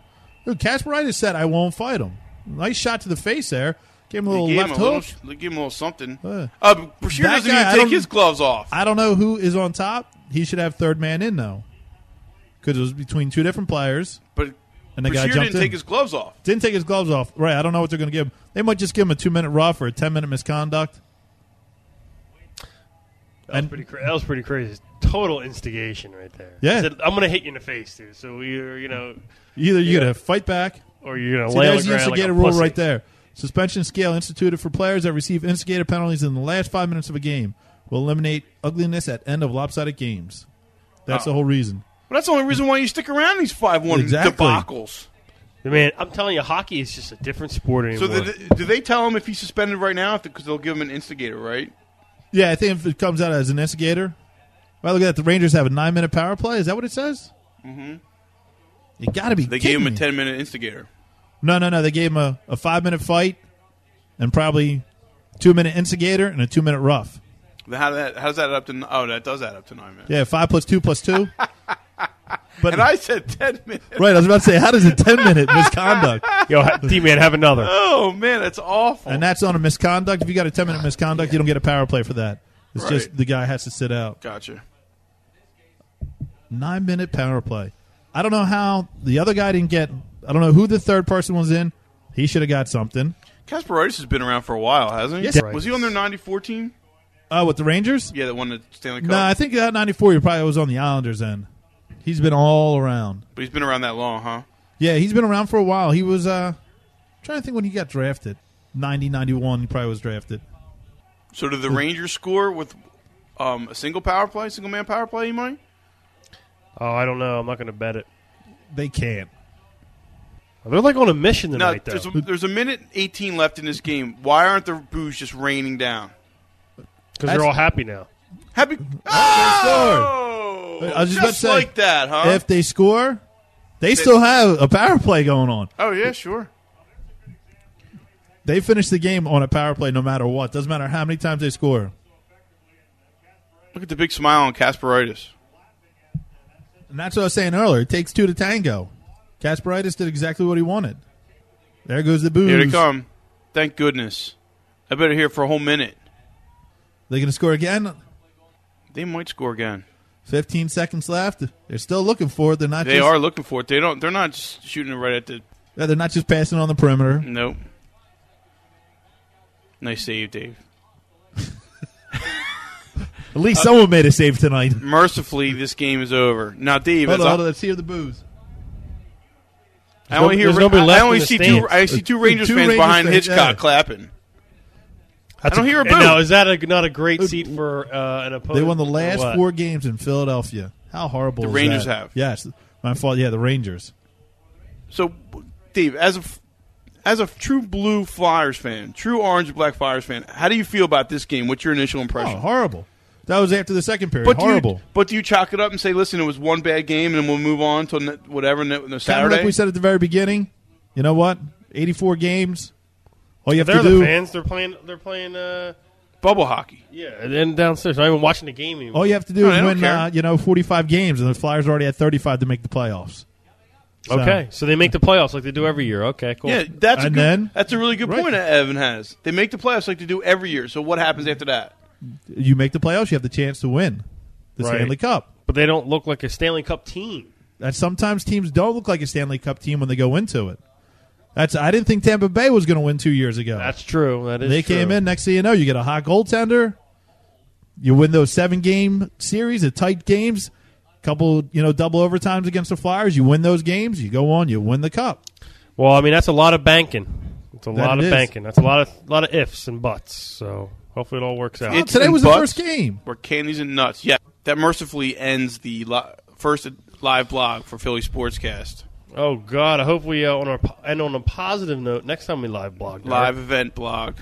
Speaker 1: Dude, Kasparaitis said I won't fight him. nice shot to the face there. Gave him a little
Speaker 3: They gave
Speaker 1: left
Speaker 3: him a
Speaker 1: hook.
Speaker 3: little- they gave him a little something.
Speaker 1: Uh,
Speaker 3: Uh,
Speaker 1: that
Speaker 3: Bashir doesn't
Speaker 1: guy, I
Speaker 3: even
Speaker 1: don't-
Speaker 3: take his gloves off.
Speaker 1: I don't know who is on top. He should have third man in though, because it was between two different players.
Speaker 3: But
Speaker 1: And the guy
Speaker 3: Bashir
Speaker 1: jumped
Speaker 3: didn't
Speaker 1: in.
Speaker 3: take his gloves off.
Speaker 1: Didn't take his gloves off. Right. I don't know what they're going to give him. They might just give him a two minute rough or a ten minute misconduct.
Speaker 2: That was
Speaker 1: And-
Speaker 2: pretty. Cra- that was pretty crazy. Total instigation right there.
Speaker 1: Yeah.
Speaker 2: I said, I'm gonna hit you in the face, dude. So you're, you know,
Speaker 1: Either you got to fight back.
Speaker 2: or you're gonna
Speaker 1: See,
Speaker 2: lay on
Speaker 1: there's
Speaker 2: the
Speaker 1: the
Speaker 2: ground
Speaker 1: instigator
Speaker 2: like a
Speaker 1: rule
Speaker 2: pussy.
Speaker 1: right there. Suspension scale instituted for players that receive instigator penalties in the last five minutes of a game will eliminate ugliness at end of lopsided games. That's the whole reason.
Speaker 3: Well, that's the only reason why you stick around these five one
Speaker 1: Exactly.
Speaker 3: debacles.
Speaker 2: Man, I'm telling you, hockey is just a different sport
Speaker 3: So
Speaker 2: anymore.
Speaker 3: the, do they tell him if he's suspended right now? Because they'll give him an instigator, right?
Speaker 1: Yeah, I think if it comes out as an instigator. Well, look at that. The Rangers have a nine minute power play. Is that what it says? Mm-hmm. You got to be.
Speaker 3: They
Speaker 1: kidding
Speaker 3: gave him a
Speaker 1: me.
Speaker 3: ten minute instigator.
Speaker 1: No, no, no. They gave him a, a five minute fight and probably two minute instigator and a two minute rough.
Speaker 3: How does that? How does that add up to? n- Oh, that does add up to nine minutes.
Speaker 1: Yeah, five plus two plus two. But
Speaker 3: And I said ten minutes.
Speaker 1: right, I was about to say, how does a ten minute misconduct?
Speaker 2: Yo, D man, have another.
Speaker 3: Oh man, that's awful.
Speaker 1: And that's on a misconduct. If you got a ten minute misconduct, you don't get a power play for that. It's just
Speaker 3: Right.
Speaker 1: the guy has to sit out.
Speaker 3: gotcha.
Speaker 1: Nine minute power play. I don't know how the other guy didn't get. I don't know who the third person was in. He should have got something.
Speaker 3: Kasparaitis has been around for a while, hasn't he?
Speaker 1: Yes.
Speaker 3: Was he on their '94 team?
Speaker 1: Oh, with the Rangers?
Speaker 3: Yeah, that won the Stanley Cup.
Speaker 1: No, I think that '94. He probably was on the Islanders then. He's been all around.
Speaker 3: but he's been around that long, huh?
Speaker 1: Yeah, he's been around for a while. He was uh trying to think when he got drafted. 90 91 he probably was drafted.
Speaker 3: So did the Rangers score with um, a single power play, single man power play? You might.
Speaker 2: Oh, I don't know. I'm not gonna bet it.
Speaker 1: They can't.
Speaker 2: They're like on a mission
Speaker 3: Now
Speaker 2: tonight,
Speaker 3: there's
Speaker 2: though.
Speaker 3: a, there's a minute 18 left in this game. Why aren't the boos just raining down?
Speaker 2: Because they're all happy now.
Speaker 3: Happy.
Speaker 1: Oh,
Speaker 3: Oh,
Speaker 1: I was just about to say,
Speaker 3: like that, huh?
Speaker 1: If they score, they, still have a power play going on.
Speaker 3: oh yeah, sure.
Speaker 1: They finish the game on a power play no matter what. Doesn't matter how many times they score.
Speaker 3: Look at the big smile on Kasparaitis.
Speaker 1: And that's what I was saying earlier. It takes two to tango. Kasparaitis did exactly what he wanted. There goes the booze.
Speaker 3: Here they come. Thank goodness. I better hear for a whole minute.
Speaker 1: They're going to score again.
Speaker 3: They might score again.
Speaker 1: 15 seconds left. They're still looking for it. They're not
Speaker 3: They
Speaker 1: just,
Speaker 3: are looking for it. They don't. They're not just shooting it right at the.
Speaker 1: Yeah, They're not just passing on the perimeter.
Speaker 3: Nope. Nice save, Dave.
Speaker 1: At least
Speaker 3: Uh,
Speaker 1: someone made a save tonight.
Speaker 3: Mercifully, this game is over. Now, Dave,
Speaker 1: Hmm. Hold
Speaker 3: as
Speaker 1: on,
Speaker 3: I-
Speaker 1: hold on. Let's hear the booze.
Speaker 3: I only hear.
Speaker 2: There's nobody
Speaker 3: I- I
Speaker 2: left
Speaker 3: only
Speaker 2: in the
Speaker 3: see two.
Speaker 2: stands.
Speaker 3: I see two Rangers
Speaker 1: Two
Speaker 3: fans
Speaker 1: Rangers
Speaker 3: behind
Speaker 1: fans,
Speaker 3: Hitchcock
Speaker 1: yeah.
Speaker 3: clapping.
Speaker 2: That's
Speaker 3: don't hear a
Speaker 2: and
Speaker 3: boo.
Speaker 2: Now is that a, not a great seat for uh, an opponent?
Speaker 1: They won the
Speaker 2: or
Speaker 1: last
Speaker 2: what?
Speaker 1: four games in Philadelphia. How horrible!
Speaker 3: The
Speaker 1: is
Speaker 3: Rangers
Speaker 1: that?
Speaker 3: have.
Speaker 1: Yes, my fault. Yeah, the Rangers.
Speaker 3: So, Dave, as a f- as a true blue Flyers fan, true orange and black Flyers fan, how do you feel about this game? What's your initial
Speaker 1: Oh,
Speaker 3: impression?
Speaker 1: horrible! That was after the second period.
Speaker 3: but do
Speaker 1: horrible.
Speaker 3: you but do you chalk it up and say, listen, it was one bad game, and we'll move on to ne- whatever ne- no
Speaker 1: Kind of
Speaker 3: Saturday?
Speaker 1: like we said at the very beginning. You know what? Eighty-four games. All you have
Speaker 2: They're
Speaker 1: to
Speaker 2: the
Speaker 1: do.
Speaker 2: fans. They're playing. They're playing. Uh,
Speaker 3: Bubble hockey.
Speaker 2: yeah, and then downstairs. I'm not even watching the game anymore.
Speaker 1: All you have to do
Speaker 3: No, they
Speaker 1: is
Speaker 3: don't
Speaker 1: win.
Speaker 3: care.
Speaker 1: Uh, you know, forty-five games, and the Flyers already had thirty-five to make the playoffs. So-
Speaker 2: okay, so they make the playoffs like they do every year. Okay, cool.
Speaker 3: Yeah, that's a
Speaker 1: And
Speaker 3: good,
Speaker 1: then-
Speaker 3: that's a really good
Speaker 1: Right.
Speaker 3: point that Evan has. They make the playoffs like they do every year. So what happens after that?
Speaker 1: You make the playoffs, you have the chance to win the
Speaker 2: Right.
Speaker 1: Stanley Cup.
Speaker 2: But they don't look like a Stanley Cup team.
Speaker 1: That sometimes teams don't look like a Stanley Cup team when they go into it. That's I didn't think Tampa Bay was going to win two years ago.
Speaker 2: That's true. That is.
Speaker 1: They
Speaker 2: true.
Speaker 1: came in. Next thing you know, you get a hot goaltender. You win those seven game series, the tight games, couple you know double overtimes against the Flyers. You win those games, you go on, you win the cup.
Speaker 2: Well, I mean, that's a lot of banking. It's a
Speaker 1: That
Speaker 2: lot
Speaker 1: it
Speaker 2: of
Speaker 1: is.
Speaker 2: banking. That's a lot of lot of ifs and buts. So hopefully it all works out.
Speaker 1: Oh,
Speaker 3: It- It's
Speaker 1: today
Speaker 3: in
Speaker 1: was the
Speaker 3: butts.
Speaker 1: first game.
Speaker 3: Or candies and nuts. Yeah, that mercifully ends the li- first live blog for Philly Sportscast
Speaker 2: oh God, I hope we uh, on our po- and on a positive note next time we live blog.
Speaker 3: live event blog.